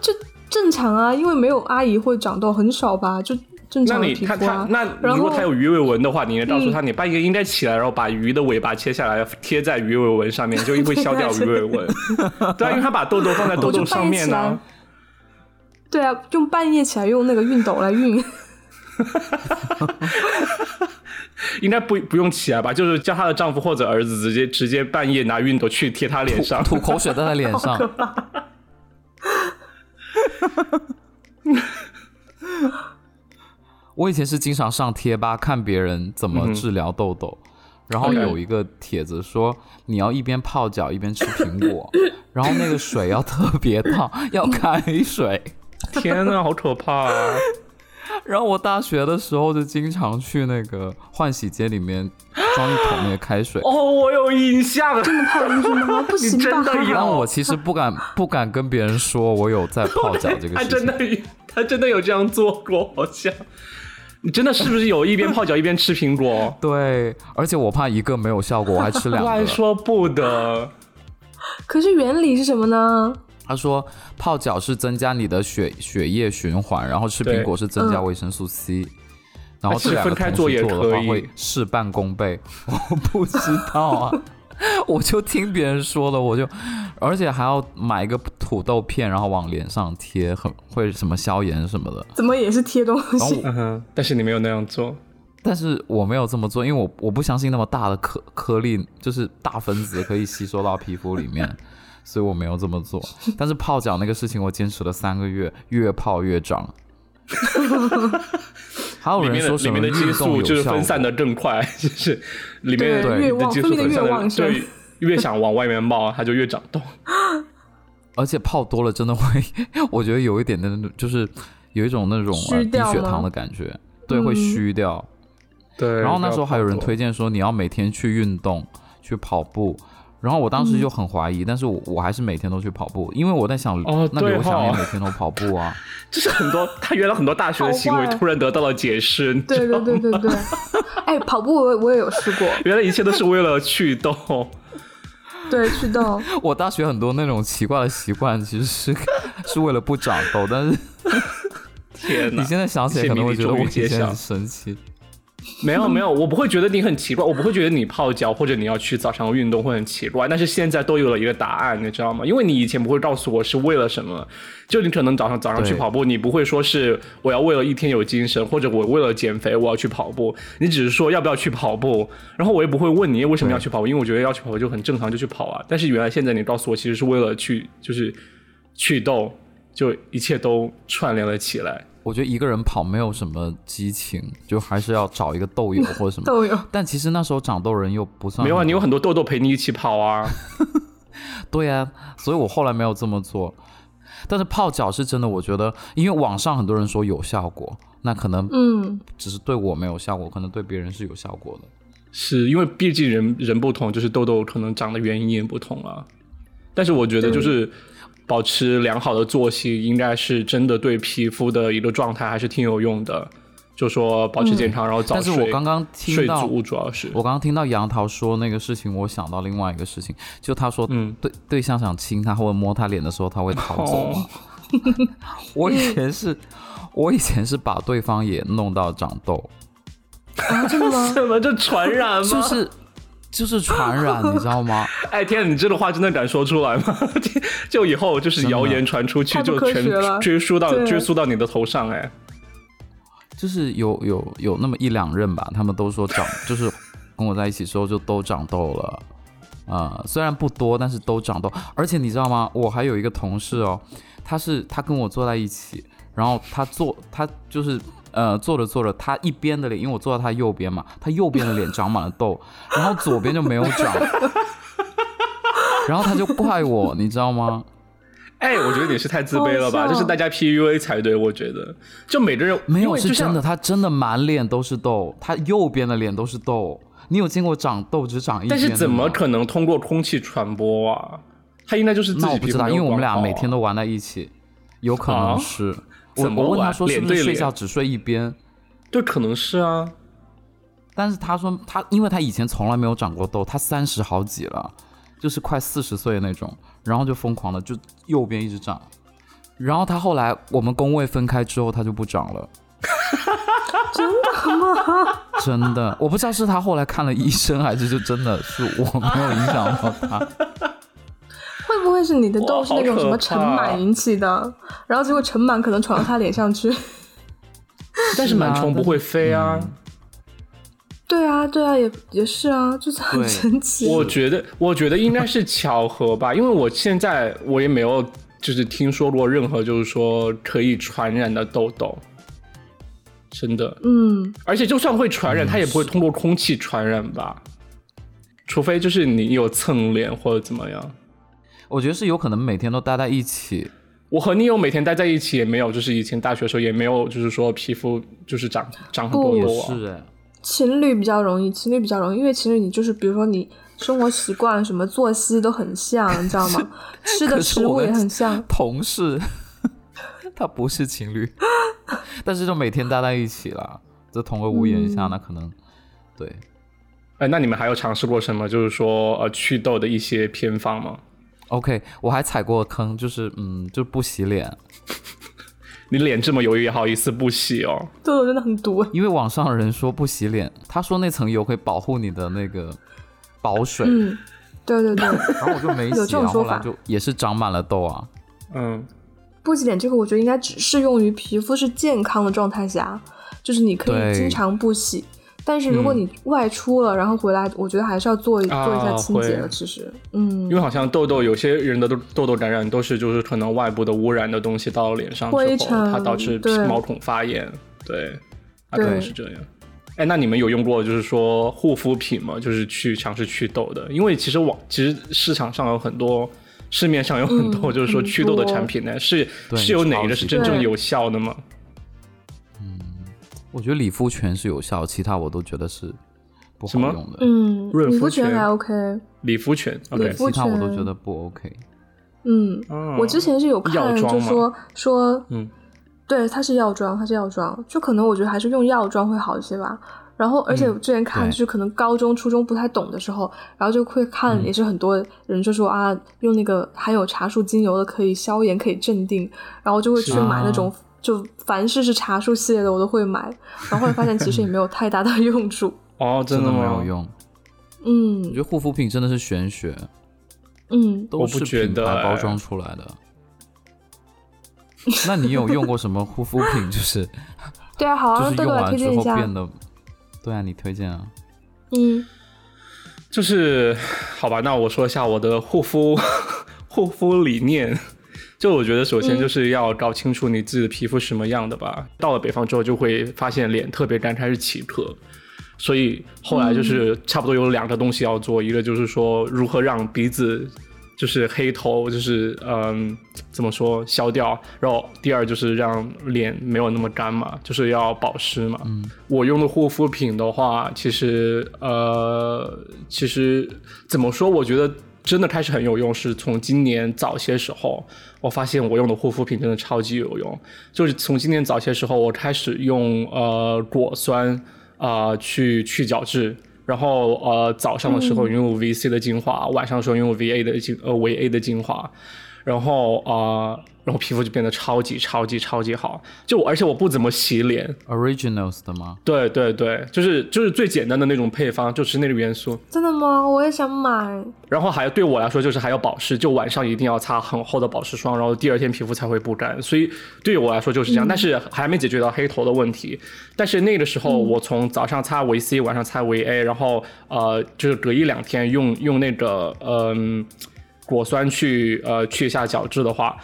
Speaker 1: 这正常啊，因为没有阿姨会长痘，很少吧，就正
Speaker 3: 那
Speaker 1: 常的
Speaker 3: 你
Speaker 1: 皮
Speaker 3: 他
Speaker 1: 肤
Speaker 3: 他
Speaker 1: 啊。
Speaker 3: 那
Speaker 1: 然
Speaker 3: 如
Speaker 1: 后嗯
Speaker 3: 果他有鱼尾纹的话，你应该告诉他，你半夜应该起来，然后把鱼的尾巴切下来贴在鱼尾纹上面，就会消掉鱼尾 纹。对啊，因为他把痘痘放在痘
Speaker 1: 我就
Speaker 3: 痘
Speaker 1: 半
Speaker 3: 上
Speaker 1: 夜
Speaker 3: 面
Speaker 1: 起
Speaker 3: 呢、
Speaker 1: 来，对啊，用半夜起来用那个熨斗来熨，
Speaker 3: 应该不不用起来吧？就是叫她的丈夫或者儿子直接直接半夜拿熨斗去贴她脸 上。
Speaker 2: 吐口水在他脸上， 我以前是经常上贴吧看别人怎么治疗痘痘，然后
Speaker 3: OK
Speaker 2: 有一个帖子说你要一边泡脚一边吃苹果，然后那个水要特别烫，要开水。
Speaker 3: 天呐，好可怕、啊！
Speaker 2: 然后我大学的时候就经常去那个换洗街里面装一桶那个开水，
Speaker 3: 哦，我有印象，
Speaker 1: 泡进去吗？不行
Speaker 3: 你真的
Speaker 1: 吧？
Speaker 3: 有
Speaker 2: 但我其实不敢不敢跟别人说我有在泡脚这个
Speaker 3: 他
Speaker 2: 事
Speaker 3: 啊真
Speaker 2: 情。
Speaker 3: 的他真的有这样做过，好像。你真的是不是有一边泡脚一边吃苹 果？
Speaker 2: 对，而且我怕一个没有效果，我还吃两个
Speaker 3: 乱。说不得。
Speaker 1: 可是原理是什么呢？
Speaker 2: 他说泡脚是增加你的血血液循环，然后吃苹果是增加维生素 C，、然后这两个
Speaker 3: 分开
Speaker 2: 同
Speaker 3: 做
Speaker 2: 时
Speaker 3: 也
Speaker 2: 做的
Speaker 3: 可
Speaker 2: 话
Speaker 3: 以
Speaker 2: 会事半功倍。 我不知道啊，我就听别人说的，我就而且还要买一个土豆片，然后往脸上贴，很会什么消炎什么的。
Speaker 1: 怎么也是贴东
Speaker 2: 然后
Speaker 1: 西？
Speaker 2: 我
Speaker 3: 嗯哼，但是你没有那样做，
Speaker 2: 但是我没有这么做，因为我我不相信那么大的颗颗粒，就是大分子可以吸收到皮肤里 面，所以我没有这么做。但是泡脚那个事情，我坚持了三个月，越泡越长。 还有
Speaker 3: 里
Speaker 2: 人
Speaker 3: 面的
Speaker 2: 说什
Speaker 3: 里
Speaker 2: 么
Speaker 3: 面的
Speaker 2: 运
Speaker 3: 激
Speaker 2: 动
Speaker 3: 素
Speaker 2: 有
Speaker 3: 就是
Speaker 2: 效
Speaker 3: 分
Speaker 2: 果
Speaker 3: 散的更快，就是里
Speaker 1: 对
Speaker 3: 面
Speaker 2: 对
Speaker 1: 越
Speaker 3: 的
Speaker 1: 旺
Speaker 3: 激
Speaker 1: 分
Speaker 3: 素
Speaker 1: 泌的
Speaker 3: 分
Speaker 1: 越
Speaker 3: 散
Speaker 1: 旺
Speaker 3: 的
Speaker 1: 盛。
Speaker 3: 对，越想往外面冒，它就越长痘。
Speaker 2: 而且泡多了真的会， 我觉得有一点点的，就是有一种那种呃
Speaker 1: 虚
Speaker 2: 低
Speaker 1: 掉
Speaker 2: 血
Speaker 1: 吗
Speaker 2: 糖的感觉，对，会
Speaker 1: 嗯
Speaker 2: 虚掉。
Speaker 3: 对，
Speaker 2: 然后那时候还有人
Speaker 3: 不要泡多
Speaker 2: 推荐说你要每天去运动，去跑步。然后我当时就很怀疑，但是我我还是每天都去跑步，因为我在想，
Speaker 3: 哦
Speaker 2: 那
Speaker 3: 对
Speaker 2: 刘翔也
Speaker 3: 哦
Speaker 2: 每天都跑步 啊。
Speaker 3: 就是很多他原来很多大学的行为
Speaker 1: 好坏啊
Speaker 3: 突然得到了解释，你知
Speaker 1: 对
Speaker 3: 道
Speaker 1: 对
Speaker 3: 吗
Speaker 1: 对对对，哎，跑步我我也有试过，
Speaker 3: 原来一切都是为了祛痘。
Speaker 1: 对，去动。
Speaker 2: 我大学很多那种奇怪的习惯，其实是是为了不长痘，但 是
Speaker 3: 天哪！
Speaker 2: 你现在想起来可能会觉得我以
Speaker 3: 谢谢米莉终于揭
Speaker 2: 前
Speaker 3: 晓
Speaker 2: 很神奇。
Speaker 3: 没有没有，我不会觉得你很奇怪，我不会觉得你泡脚或者你要去早上运动会很奇怪，但是现在都有了一个答案，你知道吗？因为你以前不会告诉我是为了什么，就你可能早上早上去
Speaker 2: 对
Speaker 3: 跑步，你不会说是我要为了一天有精神，或者我为了减肥我要去跑步，你只是说要不要去跑步，然后我也不会问你为什么要去跑步，因为我觉得要去跑步就很正常，就去跑啊。但是原来现在你告诉我其实是为了去就是祛痘，就一切都串联了起来。
Speaker 2: 我觉得一个人跑没有什么激情，就还是要找一个豆友或者什么。
Speaker 1: 豆友
Speaker 2: 但其实那时候长痘人又不算
Speaker 3: 没有啊，
Speaker 2: 很
Speaker 3: 你有很多痘痘陪你一起跑啊。
Speaker 2: 对啊，所以我后来没有这么做。但是泡脚是真的，我觉得，因为网上很多人说有效果，那可能
Speaker 1: 嗯，
Speaker 2: 只是对我没有效果，可能对别人是有效果的。
Speaker 3: 是因为毕竟人人不同，就是痘痘可能长的原因也不同啊。但是我觉得就是保持良好的作息，应该是真的对皮肤的一个状态还是挺有用的。就说保持健康，然后早
Speaker 2: 但是
Speaker 3: 睡，
Speaker 2: 我刚刚听
Speaker 3: 睡
Speaker 2: 到，
Speaker 3: 足主要是
Speaker 2: 我刚刚听到杨桃说那个事情，我想到另外一个事情，就他说
Speaker 3: 嗯哦
Speaker 2: 对、对象想亲他或者摸他脸的时候，他会逃走吗？ 我以前是，我以前是把对方也弄到长痘，
Speaker 1: 啊，真的吗？
Speaker 3: 怎么就传染吗？
Speaker 2: 就是就是传染，你知道吗？
Speaker 3: 哎天啊，你这个话真的敢说出来吗？ 就以后就是谣言传出去，
Speaker 1: 太不
Speaker 3: 就
Speaker 1: 科学
Speaker 3: 全
Speaker 1: 了
Speaker 3: 追溯到
Speaker 1: 对
Speaker 3: 追溯到你的头上哎。
Speaker 2: 就是有有有那么一两任吧，他们都说长，就是跟我在一起之后就都长痘了，啊、虽然不多，但是都长痘。而且你知道吗？我还有一个同事哦，他是他跟我坐在一起，然后他坐他就是呃坐着坐着，他一边的脸，因为我坐在他右边嘛，他右边的脸长满了痘，然后左边就没有长，然后他就怪我，你知道吗？
Speaker 3: 哎，我觉得你是太自卑了吧？
Speaker 1: 好笑
Speaker 3: 这是大家 PUA 才对，我觉得就每个人
Speaker 2: 没
Speaker 3: 因
Speaker 2: 有
Speaker 3: 为
Speaker 2: 是
Speaker 3: 就像
Speaker 2: 真的，他真的满脸都是痘，他右边的脸都是痘。你有见过长痘只长一边的
Speaker 3: 但
Speaker 2: 吗？
Speaker 3: 是怎么可能通过空气传播啊？它应该就是自己
Speaker 2: 那我不
Speaker 3: 皮
Speaker 2: 知
Speaker 3: 肤
Speaker 2: 道，
Speaker 3: 没有
Speaker 2: 因为我们
Speaker 3: 管
Speaker 2: 俩
Speaker 3: 好啊
Speaker 2: 每天都玩在一起，有可
Speaker 3: 啊
Speaker 2: 能是。我
Speaker 3: 怎么
Speaker 2: 我问他
Speaker 3: 玩
Speaker 2: 说是
Speaker 3: 脸
Speaker 2: 不
Speaker 3: 对
Speaker 2: 是睡
Speaker 3: 脸
Speaker 2: 觉只睡一边，
Speaker 3: 对，可能是啊。
Speaker 2: 但是他说他因为他以前从来没有长过痘，他三十好几了，就是快四十岁那种，然后就疯狂的就右边一直长，然后他后来我们工位分开之后他就不长了。真 的吗？真的，我不知道是他后来看了医生，还是就真的是我没有影响到 他。
Speaker 1: 会不会是你的痘
Speaker 3: 哇
Speaker 1: 是那种
Speaker 3: 好可
Speaker 1: 什么尘螨
Speaker 3: 怕
Speaker 1: 引起的？然后结果尘螨可能传到他脸上 去。
Speaker 3: 但是螨虫不会飞啊，
Speaker 1: 对啊，对啊，也也是啊，就是很
Speaker 2: 对
Speaker 1: 神
Speaker 2: 嗯
Speaker 1: 奇。
Speaker 3: 我觉得，我觉得应该是巧 合吧，因为我现在我也没有就是听说过任何就是说可以传染的痘痘，真的。
Speaker 1: 嗯，
Speaker 3: 而且就算会传
Speaker 2: 嗯
Speaker 3: 染，它也不会通过空气传染吧，除非就是你有蹭脸或者怎么样。
Speaker 2: 我觉得是有可能每天都待在一起，
Speaker 3: 我和你有每天待在一起也没有，就是以前大学的时候也没有，就是说皮肤就是长长很多
Speaker 1: 不
Speaker 2: 也
Speaker 3: 痘啊。
Speaker 2: 是哎。
Speaker 1: 情侣比较容易，情侣比较容易，因为情侣你就是比如说你生活习惯、什么作息都很像，你知道吗？ 吃的
Speaker 2: 可是
Speaker 1: 食
Speaker 2: 我
Speaker 1: 物
Speaker 2: 的
Speaker 1: 也很像。
Speaker 2: 同事， 他不是情侣， 但是就每天待在一起啦。这同个屋檐
Speaker 1: 嗯
Speaker 2: 下，那可能对
Speaker 3: 哎，那你们还有尝试过什么，就是说呃祛痘的一些偏方吗？
Speaker 2: OK，我还踩过坑，就是嗯，就不洗脸，
Speaker 3: 你脸这么油也好意思不洗哦？
Speaker 1: 痘痘真的很毒，
Speaker 2: 因为网上人说不洗脸，他说那层油可以保护你的那个保水，
Speaker 1: 嗯，对对对，
Speaker 2: 然后我就没
Speaker 1: 有
Speaker 2: 洗，
Speaker 1: 这种
Speaker 2: 然后
Speaker 1: 说
Speaker 2: 后来
Speaker 1: 法
Speaker 2: 就也是长满了痘啊。
Speaker 3: 嗯，
Speaker 1: 不洗脸这个我觉得应该只适用于皮肤是健康的状态下，就是你可
Speaker 2: 对
Speaker 1: 以经常不洗。但是如果
Speaker 2: 嗯
Speaker 1: 你外出了，然后回来，我觉得还是要做一、
Speaker 3: 啊
Speaker 1: 做一下清洁的。
Speaker 3: 会
Speaker 1: 其实，嗯
Speaker 3: 因，为好像痘痘有些人的痘痘痘感染都是就是可能外部的污染的东西到脸上之
Speaker 1: 灰
Speaker 3: 后，
Speaker 1: 尘
Speaker 3: 它导致皮
Speaker 1: 对
Speaker 3: 毛孔发炎，对，它可
Speaker 1: 对
Speaker 3: 能是这样。哎，那你们有用过就是说护肤品吗？就是去尝试祛痘的，因为其实网其实市场上有很多，市面上有很多
Speaker 1: 嗯
Speaker 3: 就是说
Speaker 1: 很
Speaker 3: 祛痘的
Speaker 1: 多
Speaker 3: 产品呢，是
Speaker 2: 对
Speaker 3: 是有哪
Speaker 2: 超
Speaker 3: 一个
Speaker 2: 级
Speaker 3: 是真正
Speaker 1: 多
Speaker 3: 有效的吗？
Speaker 2: 我觉得理肤泉是有效，其他我都觉得是不好
Speaker 3: 什么
Speaker 2: 用的，
Speaker 1: 嗯，
Speaker 3: 润
Speaker 1: 你
Speaker 3: 肤
Speaker 1: 不觉得
Speaker 3: 泉
Speaker 1: 还 OK？
Speaker 3: 理肤泉
Speaker 1: 对
Speaker 3: ，OK，
Speaker 1: 肤
Speaker 2: 其他我都
Speaker 1: 泉
Speaker 2: 觉得不 OK。
Speaker 1: 嗯，
Speaker 3: 嗯
Speaker 1: 我之前是有看，
Speaker 3: 药妆
Speaker 1: 就
Speaker 3: 嘛
Speaker 1: 说说，
Speaker 3: 嗯，
Speaker 1: 对，它是药妆，它是药妆，就可能我觉得还是用药妆会好一些吧。然后，而且
Speaker 3: 嗯
Speaker 1: 我之前看，
Speaker 2: 对
Speaker 1: 就是可能高中、初中不太懂的时候，然后就会看，
Speaker 2: 嗯
Speaker 1: 也是很多人就说啊，用那个含有茶树精油的可以消炎，可以镇定，然后就会去
Speaker 2: 是啊
Speaker 1: 买那种，就凡是是茶树系列的我都会买。然后后来发现其实也没有太大的 用处。
Speaker 3: 哦，
Speaker 2: 真
Speaker 3: 的
Speaker 2: 没
Speaker 3: 吗？
Speaker 2: 有用。我觉
Speaker 1: 嗯
Speaker 2: 得护肤品真的是玄学，
Speaker 1: 嗯，
Speaker 2: 都
Speaker 3: 我
Speaker 2: 是
Speaker 3: 不觉
Speaker 2: 品
Speaker 3: 得
Speaker 2: 牌包
Speaker 3: 哎
Speaker 2: 装出来的。那你有用过什么护肤品？就是
Speaker 1: 对 啊，好
Speaker 2: 就
Speaker 1: 啊，
Speaker 2: 是
Speaker 1: 豆
Speaker 2: 用
Speaker 1: 豆来
Speaker 2: 完
Speaker 1: 推
Speaker 2: 之
Speaker 1: 荐一
Speaker 2: 后
Speaker 1: 下。
Speaker 2: 变得，对啊，你推荐啊？
Speaker 1: 嗯，
Speaker 3: 就是好吧，那我说一下我的护肤护肤理念。就我觉得，首先就是要搞清楚你自己的皮肤什么样的吧。到了北方之后，就会发现脸特别干，开始起壳。所以后来就是差不多有两个东西要做，一个就是说如何让鼻子就是黑头，就是嗯怎么说消掉，然后第二就是让脸没有那么干嘛，就是要保湿嘛。我用的护肤品的话，其实呃，其实怎么说，我觉得真的开始很有用，是从今年早些时候，我发现我用的护肤品真的超级有用。就是从今年早些时候，我开始用呃果酸啊、呃去去角质。然后呃，早上的时候用 VC 的精华，晚上的时候用 VA 的精呃维 A 的精华，然后啊、呃然后皮肤就变得超级超级超级好。就我而且我不怎么洗脸，
Speaker 2: Originals 的吗？
Speaker 3: 对对对，就是就是最简单的那种配方，就是那个元素。
Speaker 1: 真的吗？我也想买。
Speaker 3: 然后还对我来说就是还有保湿，就晚上一定要擦很厚的保湿霜，然后第二天皮肤才会不干。所以对我来说就是这样，但是还没解决到黑头的问题。但是那个时候我从早上擦维 C，晚上擦维 A，然后呃就是隔一两天用用那个嗯、果酸去呃去一下角质的话，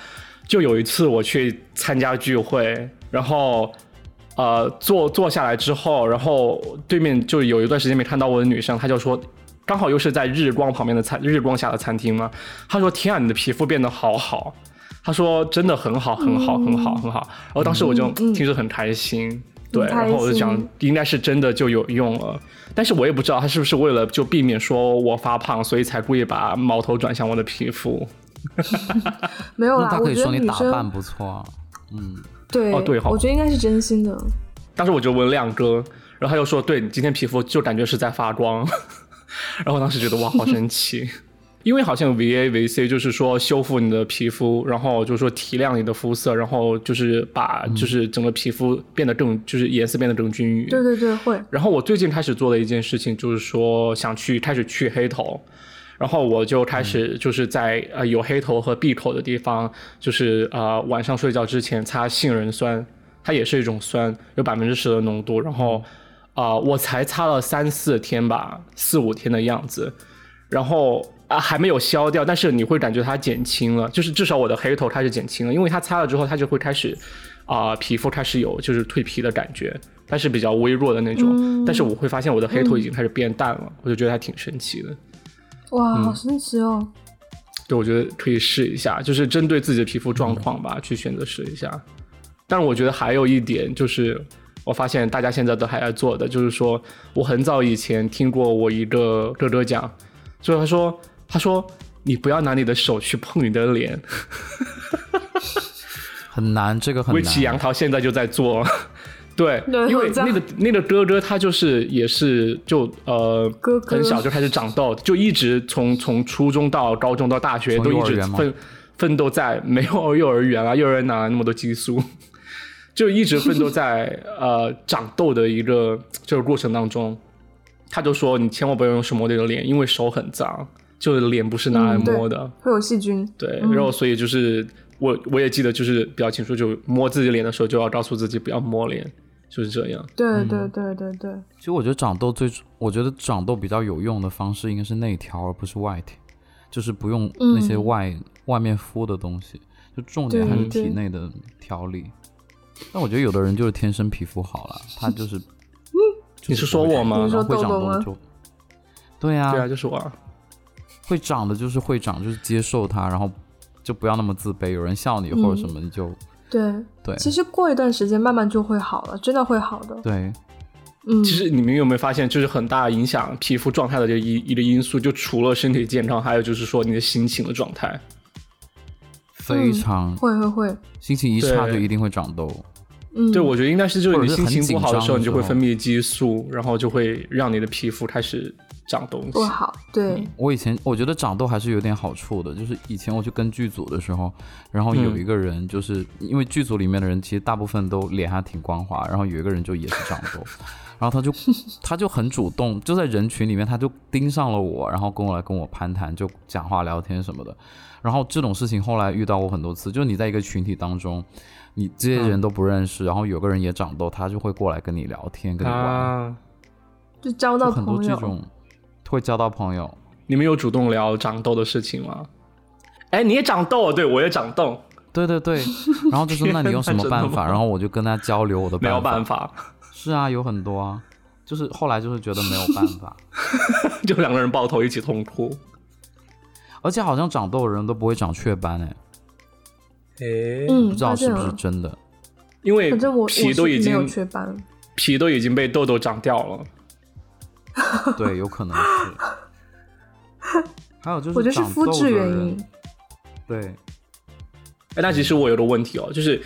Speaker 3: 就有一次我去参加聚会，然后呃坐坐下来之后，然后对面就有一段时间没看到我的女生，她就说，刚好又是在日光旁边的餐日光下的餐厅嘛，她说：“天啊，你的皮肤变得好好。”她说：“真的很好，很好，很好，很好。”然后当时我就
Speaker 1: 嗯嗯
Speaker 3: 听着很开心。对，
Speaker 1: 很开
Speaker 3: 然后我就想
Speaker 1: 心，
Speaker 3: 应该是真的就有用了，但是我也不知道他是不是为了就避免说我发胖，所以才故意把矛头转向我的皮肤。
Speaker 1: 没有
Speaker 2: 那
Speaker 1: 啦，
Speaker 2: 他可
Speaker 1: 啊我
Speaker 2: 以
Speaker 1: 觉得
Speaker 2: 说你
Speaker 1: 女
Speaker 2: 打扮
Speaker 1: 生
Speaker 2: 不错啊。嗯，
Speaker 1: 对，
Speaker 3: 哦对哈嗯
Speaker 1: 我觉得应该是真心的。
Speaker 3: 当时我就问亮哥，然后他就说：“对你今天皮肤就感觉是在发光。” 然后我当时觉得哇，好神奇，因为好像 VA VC 就是说修复你的皮肤，然后就是说提亮你的肤色，然后就是把
Speaker 1: 嗯
Speaker 3: 就是整个皮肤变得更就是颜色变得更均匀。
Speaker 1: 对对对，会。
Speaker 3: 然后我最近开始做的一件事情就是说想去开始去黑头，然后我就开始就是在、呃有黑头和闭口的地方，就是呃晚上睡觉之前擦杏仁酸，它也是一种酸，有百分之十的浓度，然后啊、呃我才擦了三四天吧，四五天的样子，然后啊还没有消掉，但是你会感觉它减轻了，就是至少我的黑头开始减轻了，因为它擦了之后，它就会开始啊、皮肤开始有就是蜕皮的感觉，但是比较微弱的那种。
Speaker 1: 嗯
Speaker 3: 但是我会发现我的黑头已经开始变淡了，我就觉得还挺神奇的。
Speaker 1: 哇，
Speaker 3: 嗯
Speaker 1: 好神奇哦！
Speaker 3: 对，我觉得可以试一下，就是针对自己的皮肤状况吧，去选择试一下。但是我觉得还有一点就是，我发现大家现在都还在做的，就是说我很早以前听过我一个哥哥讲，就是他说他说你不要拿你的手去碰你的脸，
Speaker 2: 很难，这个很
Speaker 3: 威奇杨
Speaker 2: 难。
Speaker 3: 桃现在就在做。 对，
Speaker 1: 对
Speaker 3: 因为
Speaker 1: 很脏
Speaker 3: 那个那个哥哥他就是也是就呃
Speaker 1: 哥哥
Speaker 3: 很小就开始长痘，就一直从从初中到高中到大学
Speaker 2: 从
Speaker 3: 都一
Speaker 2: 幼儿
Speaker 3: 直
Speaker 2: 园吗
Speaker 3: 奋奋斗在没有幼儿园啊，幼儿园哪来那么多激素？ 就一直奋斗在呃长痘的一个这个过程当中，他就说你千万不要用手摸你的脸，因为手很脏，就是脸不是拿来
Speaker 1: 嗯对
Speaker 3: 摸的。
Speaker 1: 会有细菌。
Speaker 3: 对，然后所以就是我我也记得就是比较清楚，就摸自己脸的时候就要告诉自己不要摸脸，就是这样。
Speaker 1: 对对对对
Speaker 3: 嗯
Speaker 1: 对，
Speaker 2: 其实我觉得长痘最，我觉得长痘比较有用的方式应该是内调，而不是外调，就是不用那些外、外面敷的东西，就重点还是
Speaker 1: 嗯对
Speaker 2: 体
Speaker 1: 对
Speaker 2: 内的调理。但我觉得有的人就是天生皮肤好了，他就是，
Speaker 3: 你是说我吗
Speaker 2: 然
Speaker 1: 你
Speaker 2: 后
Speaker 1: 说
Speaker 2: 会长
Speaker 1: 痘痘
Speaker 2: 痘
Speaker 1: 吗
Speaker 2: 就，对呀、
Speaker 3: 对啊，就是我啊，
Speaker 2: 会长的就是会长，就是接受它，然后就不要那么自卑。有人笑你或者什么，你就
Speaker 1: 对，
Speaker 2: 对
Speaker 1: 嗯其实过一段时间慢慢就会好了，真的会好的。
Speaker 2: 对，
Speaker 1: 嗯，
Speaker 3: 其实你们有没有发现，就是很大影响皮肤状态的这一一个因素，就除了身体健康，还有就是说你的心情的状态。
Speaker 2: 非常、
Speaker 1: 会会会，
Speaker 2: 心情一差
Speaker 3: 对
Speaker 2: 就一定会长痘。
Speaker 1: 嗯，
Speaker 3: 对，我觉得应该是就是你心情不好
Speaker 2: 或者是很紧张
Speaker 3: 的时候，
Speaker 2: 的
Speaker 3: 你就会
Speaker 2: 时候
Speaker 3: 分泌激素，然后就会让你的皮肤开始长东西
Speaker 1: 不。好，对，
Speaker 3: 嗯
Speaker 2: 我以前我觉得长痘还是有点好处的，就是以前我去跟剧组的时候，然后有
Speaker 3: 嗯
Speaker 2: 一个人就是、因为剧组里面的人其实大部分都脸还挺光滑，然后有一个人就也是长 痘，然后他就他就很主动，就在人群里面他就盯上了我，然后跟我来跟我攀谈，就讲话聊天什么的。然后这种事情后来遇到过很多次，就是你在一个群体当中，你这些人都不认识，然后有个人也长痘，他就会过来跟你聊天，跟你玩，
Speaker 3: 啊，
Speaker 1: 就交
Speaker 2: 就
Speaker 1: 到
Speaker 2: 很多
Speaker 1: 朋
Speaker 2: 这
Speaker 1: 友。
Speaker 2: 种会交到朋友。
Speaker 3: 你们有主动聊长痘的事情吗？哎，你也长痘，对我也长痘，
Speaker 2: 对对对，然后就说
Speaker 3: 天
Speaker 2: 那你用什
Speaker 3: 哪
Speaker 2: 么
Speaker 3: 真的
Speaker 2: 办法？
Speaker 3: 吗
Speaker 2: 然后我就跟他交流我的
Speaker 3: 没
Speaker 2: 办法。
Speaker 3: 有办法，
Speaker 2: 是啊，有很多啊，就是后来就是觉得没有办法，
Speaker 3: 就两个人抱头一起痛哭。
Speaker 2: 而且好像长痘的人都不会长雀斑哎，
Speaker 3: 哎
Speaker 1: 嗯，
Speaker 2: 不知道
Speaker 1: 发
Speaker 2: 是
Speaker 1: 现
Speaker 2: 不是
Speaker 1: 了
Speaker 2: 真的。
Speaker 3: 因为
Speaker 1: 反正我我
Speaker 3: 皮
Speaker 1: 是
Speaker 3: 都已
Speaker 1: 没有
Speaker 3: 经
Speaker 1: 雀斑，
Speaker 3: 皮都已经被痘痘长掉了。
Speaker 2: 对，有可能是。还有就是，
Speaker 1: 我觉得是肤质原因。。
Speaker 2: 对，
Speaker 3: 哎，那其实我有个问题哦，就是，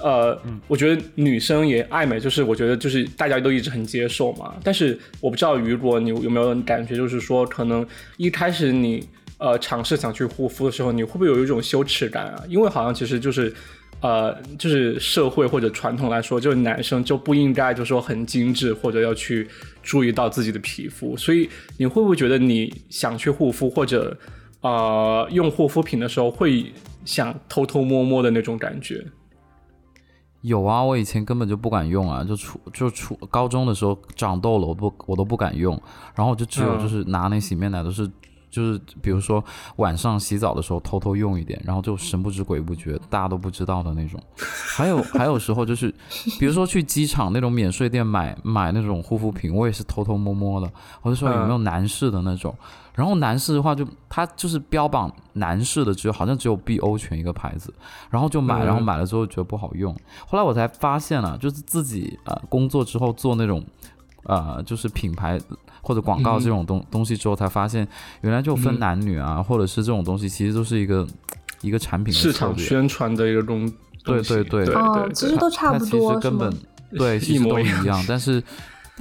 Speaker 3: 呃，我觉得女生也爱美，就是我觉得就是大家都一直很接受嘛。但是我不知道雨果你有没有感觉，就是说可能一开始你呃尝试想去护肤的时候，你会不会有一种羞耻感啊？因为好像其实就是。呃，就是社会或者传统来说，就是男生就不应该就说很精致，或者要去注意到自己的皮肤。所以你会不会觉得你想去护肤或者呃用护肤品的时候，会想偷偷摸摸的那种感觉？
Speaker 2: 有啊，我以前根本就不敢用啊，就初就初高中的时候长痘了，我不我都不敢用，然后我就只有
Speaker 3: 嗯
Speaker 2: 就是拿那洗面奶都是。就是比如说晚上洗澡的时候偷偷用一点，然后就神不知鬼不觉，大家都不知道的那种。还有还有时候就是，比如说去机场那种免税店买买那种护肤品，我也是偷偷摸摸的，我就说有没有男士的那种。然后男士的话就它就是标榜男士的只有好像只有 BO 泉一个牌子，然后就买，
Speaker 3: 嗯
Speaker 2: 然后买了之后觉得不好用，后来我才发现了、就是自己呃工作之后做那种呃就是品牌或者广
Speaker 3: 嗯
Speaker 2: 告这种东、东西之后，才发现原来就分男女啊，或者是这种东西，其实都是一个一个产品的
Speaker 3: 市
Speaker 2: 策
Speaker 3: 场
Speaker 2: 略
Speaker 3: 宣传的一个东
Speaker 2: 嗯对
Speaker 3: 东西
Speaker 2: 对对
Speaker 3: 对
Speaker 1: 哦
Speaker 3: 对，
Speaker 1: 其
Speaker 3: 对
Speaker 1: 实都
Speaker 2: 它
Speaker 1: 差不多
Speaker 2: 它其实根本
Speaker 1: 是
Speaker 2: 对，
Speaker 3: 是
Speaker 2: 其
Speaker 3: 一
Speaker 2: 实都
Speaker 3: 模一
Speaker 2: 一
Speaker 3: 样
Speaker 2: 样，但是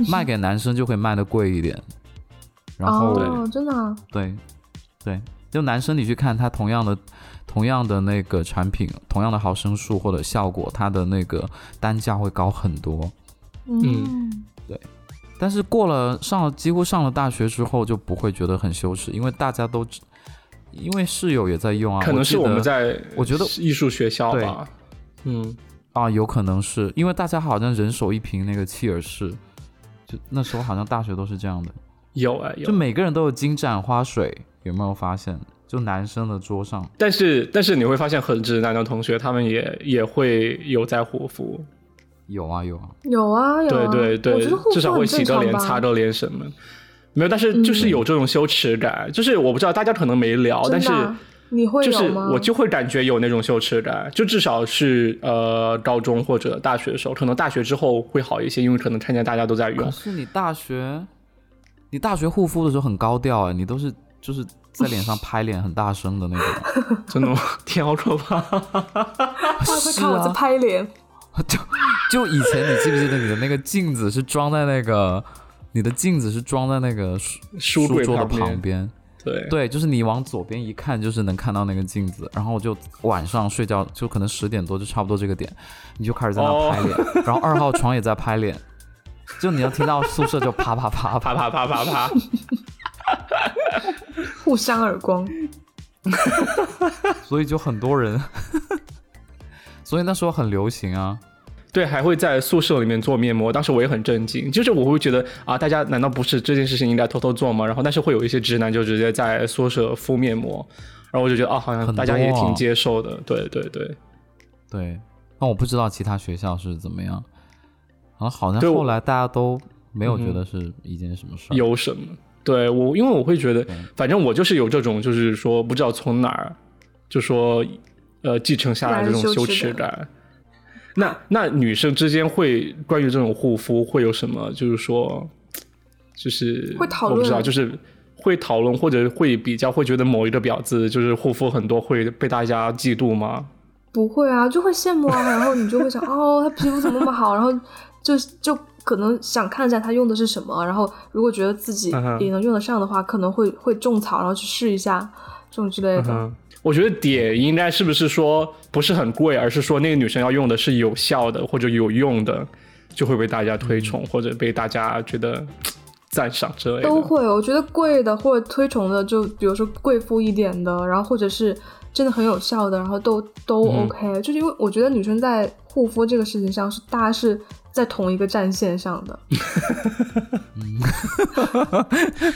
Speaker 2: 卖给男生就可以卖的贵一点，然后、
Speaker 1: 哦，真的啊，
Speaker 2: 对对，就男生你去看它同样的同样的那个产品，同样的毫升数或者效果，它的那个单价会高很多。
Speaker 1: 嗯，
Speaker 2: 但是过了上了几乎上了大学之后，就不会觉得很羞耻，因为大家都知，因为室友也在用啊。
Speaker 3: 可能是
Speaker 2: 记
Speaker 3: 我们
Speaker 2: 得
Speaker 3: 在
Speaker 2: 我觉得
Speaker 3: 艺术学校吧，嗯，
Speaker 2: 啊，有可能是因为大家好像人手一瓶那个契尔氏，就那时候好像大学都是这样的，
Speaker 3: 有啊有
Speaker 2: 就，每个人都有金盏花水，有没有发现？就男生的桌上，
Speaker 3: 但是但是你会发现很直男的同学，他们也也会有在护肤，
Speaker 2: 有啊有啊，
Speaker 1: 有啊有
Speaker 3: 对
Speaker 1: 啊，
Speaker 3: 对
Speaker 1: 我觉
Speaker 3: 对
Speaker 1: 得护，肤
Speaker 3: 至少会
Speaker 1: 很
Speaker 3: 洗
Speaker 1: 正
Speaker 3: 个
Speaker 1: 常
Speaker 3: 脸、
Speaker 1: 吧嗯
Speaker 3: 擦个脸什么。没有，但是就是有这种羞耻感，就是我不知道大家可能没聊，但
Speaker 1: 真
Speaker 3: 是
Speaker 1: 的啊你会
Speaker 3: 就是
Speaker 1: 有吗？
Speaker 3: 我就会感觉有那种羞耻感，就至少是呃高中或者大学的时候，可能大学之后会好一些，因为可能看见大家都在
Speaker 2: 可
Speaker 3: 用。
Speaker 2: 是你大学，你大学护肤的时候很高调哎、你都是就是在脸上拍脸很大声的那种，
Speaker 3: 真的吗？天，好可怕！
Speaker 1: 啊他会看我在拍脸，
Speaker 2: 就就以前你记不记得你的那个镜子是装在那个，你的镜子是装在那个书
Speaker 3: 书柜
Speaker 2: 桌的
Speaker 3: 旁边
Speaker 2: 旁 边，
Speaker 3: 对
Speaker 2: 对，就是你往左边一看，就是能看到那个镜子。然后我就晚上睡觉，就可能十点多，就差不多这个点，你就开始在
Speaker 3: 哦
Speaker 2: 那拍脸。然后二号床也在拍脸，就你要听到宿舍就啪啪 啪
Speaker 3: 啪
Speaker 2: 啪。
Speaker 3: 啪啪啪啪，
Speaker 1: 互相耳光，
Speaker 2: 所以就很多人， 所以那时候很流行啊。
Speaker 3: 对，还会在宿舍里面做面膜。当时我也很震惊，就是我会觉得啊，大家难道不是这件事情应该偷偷做吗？然后，但是会有一些直男就直接在宿舍敷面膜，然后我就觉得啊，好像
Speaker 2: 很
Speaker 3: 大家也
Speaker 2: 多啊
Speaker 3: 挺接受的。对对对，
Speaker 2: 对，但我不知道其他学校是怎么样。然后好像
Speaker 3: 对我嗯
Speaker 2: 后来大家都没有觉得是一件什么事儿。
Speaker 3: 有 什么？对我，因为我会觉得，
Speaker 1: 嗯
Speaker 3: 反正我就是有这种，就是说不知道从哪儿，就说呃继承下来这种
Speaker 1: 来
Speaker 3: 羞
Speaker 1: 羞
Speaker 3: 耻
Speaker 1: 耻感
Speaker 3: 感。那那女生之间会关于这种护肤会有什么？就是说，就是
Speaker 1: 会讨论
Speaker 3: 我不知道，就是会讨论或者会比较，会觉得某一个婊子就是护肤很多会被大家嫉妒吗？
Speaker 1: 不会啊，就会羡慕啊，然后你就会 想，哦，他皮肤怎么那么好，然后就就可能想看一下他用的是什么，然后如果觉得自己
Speaker 3: 嗯哼
Speaker 1: 也能用得上的话，可能会会种草，然后去试一下这种之类的。
Speaker 3: 嗯，我觉得点应该是不是说不是很贵，而是说那个女生要用的是有效的或者有用的，就会被大家推崇、或者被大家觉得嘖赞赏之类的。
Speaker 1: 都会，我觉得贵的或者推崇的，就比如说贵妇一点的，然后或者是真的很有效的，然后都都
Speaker 3: 嗯
Speaker 1: OK、就是因为我觉得女生在护肤这个事情上是大家是在同一个战线上的，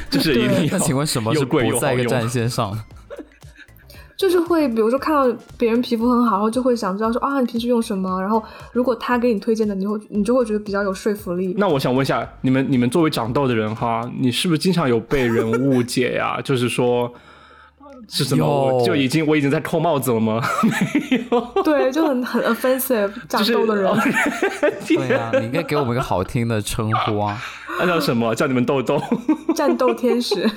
Speaker 3: 就是一定
Speaker 2: 那
Speaker 3: 要。
Speaker 2: 请问什么
Speaker 3: 又
Speaker 2: 是
Speaker 3: 贵又
Speaker 2: 不
Speaker 3: 好
Speaker 2: 在一个
Speaker 3: 用
Speaker 2: 战线上？
Speaker 1: 就是会比如说看到别人皮肤很好，然后就会想知道说啊你平时用什么，然后如果他给你推荐的，你就会你就会觉得比较有说服力。
Speaker 3: 那我想问一下，你们你们作为长痘的人哈，你是不是经常有被人误解呀、 就是说。是什么？我
Speaker 2: 有
Speaker 3: 就已经我已经在扣帽子了吗？
Speaker 1: 对，就很很 offensive，长
Speaker 3: 就是哦
Speaker 1: 痘的 人。
Speaker 2: 对啊呀、你应该给我们一个好听的称呼 啊！
Speaker 3: 按照什么叫你们痘 痘？
Speaker 1: 战斗天使，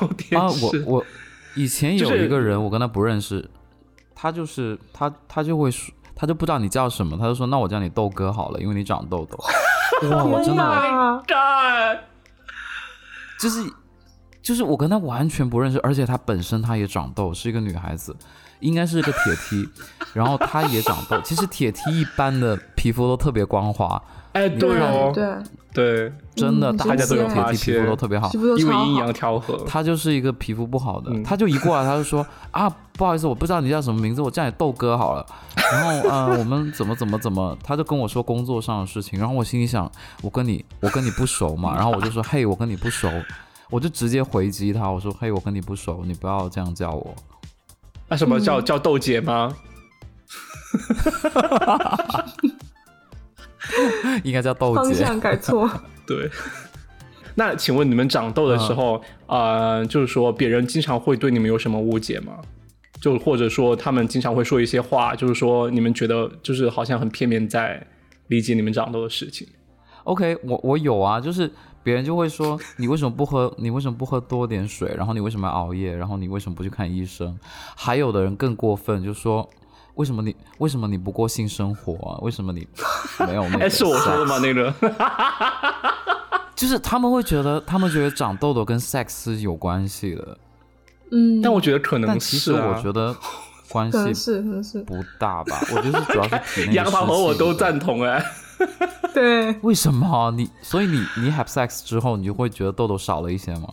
Speaker 3: 痘天
Speaker 2: 啊，我
Speaker 3: 使
Speaker 2: 我以前
Speaker 3: 就
Speaker 2: 有
Speaker 3: 是
Speaker 2: 一个人，我跟他不认识，他就是他他就会说，他就不知道你叫什么，他就说那我叫你豆哥好了，因为你长痘痘。哇，我哦真的
Speaker 1: 啊，
Speaker 3: God
Speaker 2: 就是就是我跟他完全不认识，而且他本身他也长痘，是一个女孩子，应该是个铁梯，然后她也长痘。其实铁梯一般的皮肤都特别光滑，
Speaker 3: 哎，
Speaker 2: 你
Speaker 3: 对
Speaker 2: 看
Speaker 3: 哦，
Speaker 1: 对，
Speaker 3: 对，
Speaker 2: 真的，
Speaker 1: 嗯
Speaker 2: 大家都有
Speaker 1: 真
Speaker 2: 铁
Speaker 1: 的
Speaker 2: 梯，皮肤都特别好
Speaker 1: 皮。肤都
Speaker 3: 因为
Speaker 1: 超
Speaker 3: 阴
Speaker 1: 好。
Speaker 3: 阳调和，
Speaker 2: 他就是一个皮肤不好的，
Speaker 3: 嗯
Speaker 2: 他就一过来他就说啊，不好意思，我不知道你叫什么名字，我叫你豆哥好了。然后呃，我们怎么怎么怎么，他就跟我说工作上的事情，然后我心里想，我跟你我跟你不熟嘛，然后我就说嘿，我跟你不熟，我就直接回击他，我说嘿，我跟你不熟，你不要这样叫我。
Speaker 3: 那什么叫、
Speaker 1: 嗯
Speaker 3: 叫豆姐吗？
Speaker 2: 应该叫豆
Speaker 1: 方
Speaker 2: 姐。
Speaker 1: 向改错，
Speaker 3: 对。 那请问你们长痘的时候，
Speaker 1: 嗯
Speaker 3: 呃，就是说别人经常会对你们有什么误解吗？就或者说他们经常会说一些话，就是说你们觉得就是好像很片面在理解你们长痘的事情。
Speaker 2: OK，我我有啊，就是别人就会说你为什么不喝，你为什么不喝多点水，然后你为什么要熬夜，然后你为什么不去看医生？还有的人更过分，就说为什么你为什么你不过性生活啊？为什么 你没有那
Speaker 3: 哎，
Speaker 2: 个？
Speaker 3: 是我说的吗？那个
Speaker 2: 嗯就是他们会觉得，他们觉得长痘痘跟 sex 是有关系的，
Speaker 1: 嗯，
Speaker 3: 但我觉得可能
Speaker 2: 但其实
Speaker 3: 是啊、
Speaker 2: 我觉 得关
Speaker 1: 可能
Speaker 2: 系
Speaker 1: 是可能是
Speaker 2: 不大吧。我觉得是主要是体 内
Speaker 3: 杨
Speaker 2: 的
Speaker 3: 桃和
Speaker 2: 湿气
Speaker 3: 我都
Speaker 2: 的
Speaker 3: 赞同哎、
Speaker 1: 对，
Speaker 2: 为什么啊你？所以你你 have sex 之后，你就会觉得痘痘少了一些吗？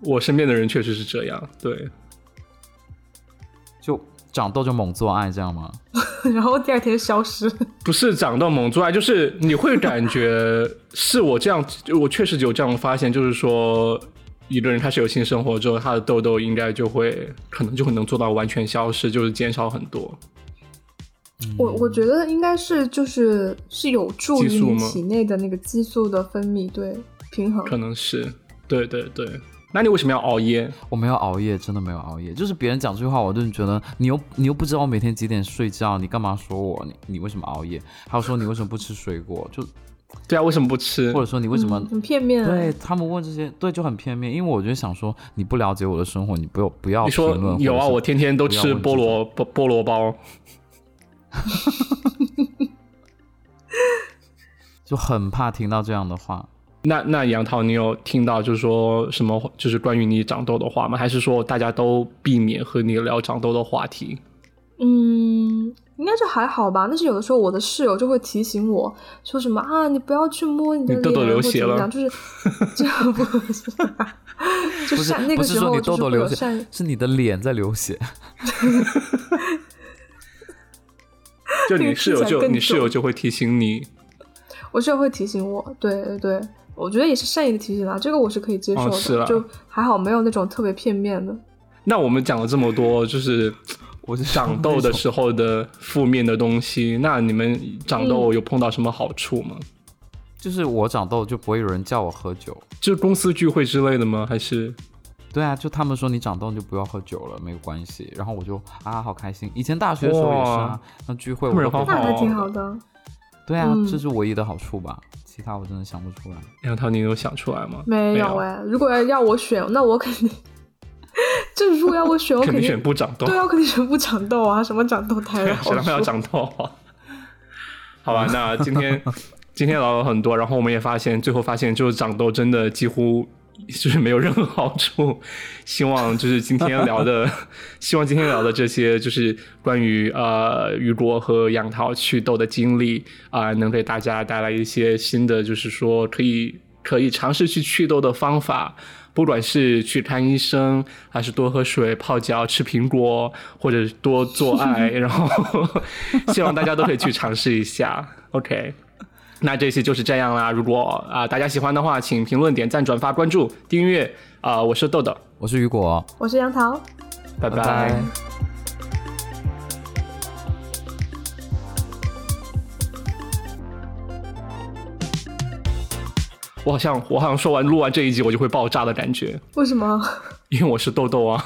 Speaker 3: 我身边的人确实是这样，对，
Speaker 2: 就长痘就猛做爱这样吗？
Speaker 1: 然后第二天消失。
Speaker 3: 不是长到猛出来， 就是你会感觉是我这样， 就我确实有这样的发现，就是说一个人开始有性生活之后，他的痘痘应该就会可能就能做到完全消失，就是减少很多。
Speaker 1: 我我觉得应该是就是是有助于
Speaker 3: 激素
Speaker 1: 你
Speaker 3: 吗
Speaker 1: 体内的那个激素的分泌对平衡。
Speaker 3: 可能是，对对对。那你为什么要熬夜？
Speaker 2: 我没有熬夜，真的没有熬夜。就是别人讲这句话，我就觉得你又你又不知道我每天几点睡觉，你干嘛说我？你你为什么熬夜？还有说你为什么不吃水果？就
Speaker 3: 对啊，为什么不吃
Speaker 2: 或？者说你为什么？
Speaker 1: 嗯很片面啊？
Speaker 2: 对他们问这些，对就很片面，因为我就想说，你不了解我的生活，你不要不要
Speaker 3: 你
Speaker 2: 评论
Speaker 3: 说
Speaker 2: 或者是。
Speaker 3: 有啊，我天天都
Speaker 2: 不要
Speaker 3: 吃
Speaker 2: 问
Speaker 3: 菠萝菠菠萝包，
Speaker 2: 就很怕听到这样的话。
Speaker 3: 那那杨桃，你有听到就是说什么，就是关于你长痘的话吗？还是说大家都避免和你聊长痘的话题？
Speaker 1: 嗯，应该就还好吧。但是有的时候我的室友就会提醒我说什么啊，你不要去摸你的
Speaker 3: 你痘
Speaker 1: 脸啊，
Speaker 3: 痘流
Speaker 1: 或者
Speaker 3: 血
Speaker 1: 怎么
Speaker 3: 了
Speaker 1: 样， 就是这样不，就
Speaker 2: 不是
Speaker 1: 善那
Speaker 2: 不
Speaker 1: 个
Speaker 2: 是
Speaker 1: 时
Speaker 2: 说
Speaker 1: 候
Speaker 2: 你
Speaker 1: 就
Speaker 2: 痘
Speaker 1: 是会有
Speaker 2: 痘流血
Speaker 1: 善，
Speaker 2: 是你的脸在流血。
Speaker 3: 就
Speaker 1: 这
Speaker 3: 你
Speaker 1: 个
Speaker 3: 室友
Speaker 1: 听起来
Speaker 3: 就
Speaker 1: 更
Speaker 3: 你室友
Speaker 1: 重
Speaker 3: 就会提醒你
Speaker 1: 我室友会提醒我，对对对，我觉得也是善意的提醒啦，这个我是可以接
Speaker 3: 哦
Speaker 1: 受的，
Speaker 3: 是啦哦
Speaker 1: 就还好没有那种特别片面的。
Speaker 3: 那我们讲了这 么多，就是
Speaker 2: 我是
Speaker 3: 长痘的时候的负面的东西，那你们长
Speaker 1: 嗯
Speaker 3: 痘有碰到什么好处吗？
Speaker 2: 就是我长痘就不会有人叫我喝酒。
Speaker 3: 就是公司聚会之类的吗？还是
Speaker 2: 对啊，就他们说你长痘就不要喝酒了，没有关系。然后我就啊，好开心。以前大学的时候也是啊
Speaker 3: 哇，
Speaker 2: 那聚会我
Speaker 3: 他们
Speaker 2: 都
Speaker 3: 人好
Speaker 2: 不
Speaker 1: 那还
Speaker 3: 哦
Speaker 1: 挺好的。
Speaker 2: 对啊，
Speaker 1: 嗯
Speaker 2: 这是唯一的好处吧，其他我真的想不出来。
Speaker 3: 杨桃，你有想出来吗？
Speaker 1: 没有哎、如果要要我选，那我肯定， 就如果要我选，我
Speaker 3: 肯
Speaker 1: 定
Speaker 3: 定选不长痘
Speaker 1: 对，啊，我肯定选不长痘啊，什么长痘胎 了，
Speaker 3: 谁让他要长痘？ 好吧，那今天今天聊了很多，然后我们也发现，最后发现就是长痘真的几乎就是没有任何好处。希望就是今天聊的， 希望今天聊的这些就是关于呃雨果和杨桃祛痘的经历啊、能给大家带来一些新的，就是说可以可以尝试去祛痘的方法。不管是去看医生，还是多喝水、泡脚、吃苹果，或者多做爱，然后 希望大家都可以去尝试一下。OK。那这期就是这样啦。如果啊、大家喜欢的话，请评论、点赞、转发、关注、订阅啊、我是豆豆，
Speaker 2: 我是雨果，
Speaker 1: 我是杨桃。
Speaker 3: 拜拜
Speaker 2: 拜
Speaker 3: 我好像我好像说完录完这一集我就会爆炸的感觉，
Speaker 1: 为什么？
Speaker 3: 因为我是豆豆啊。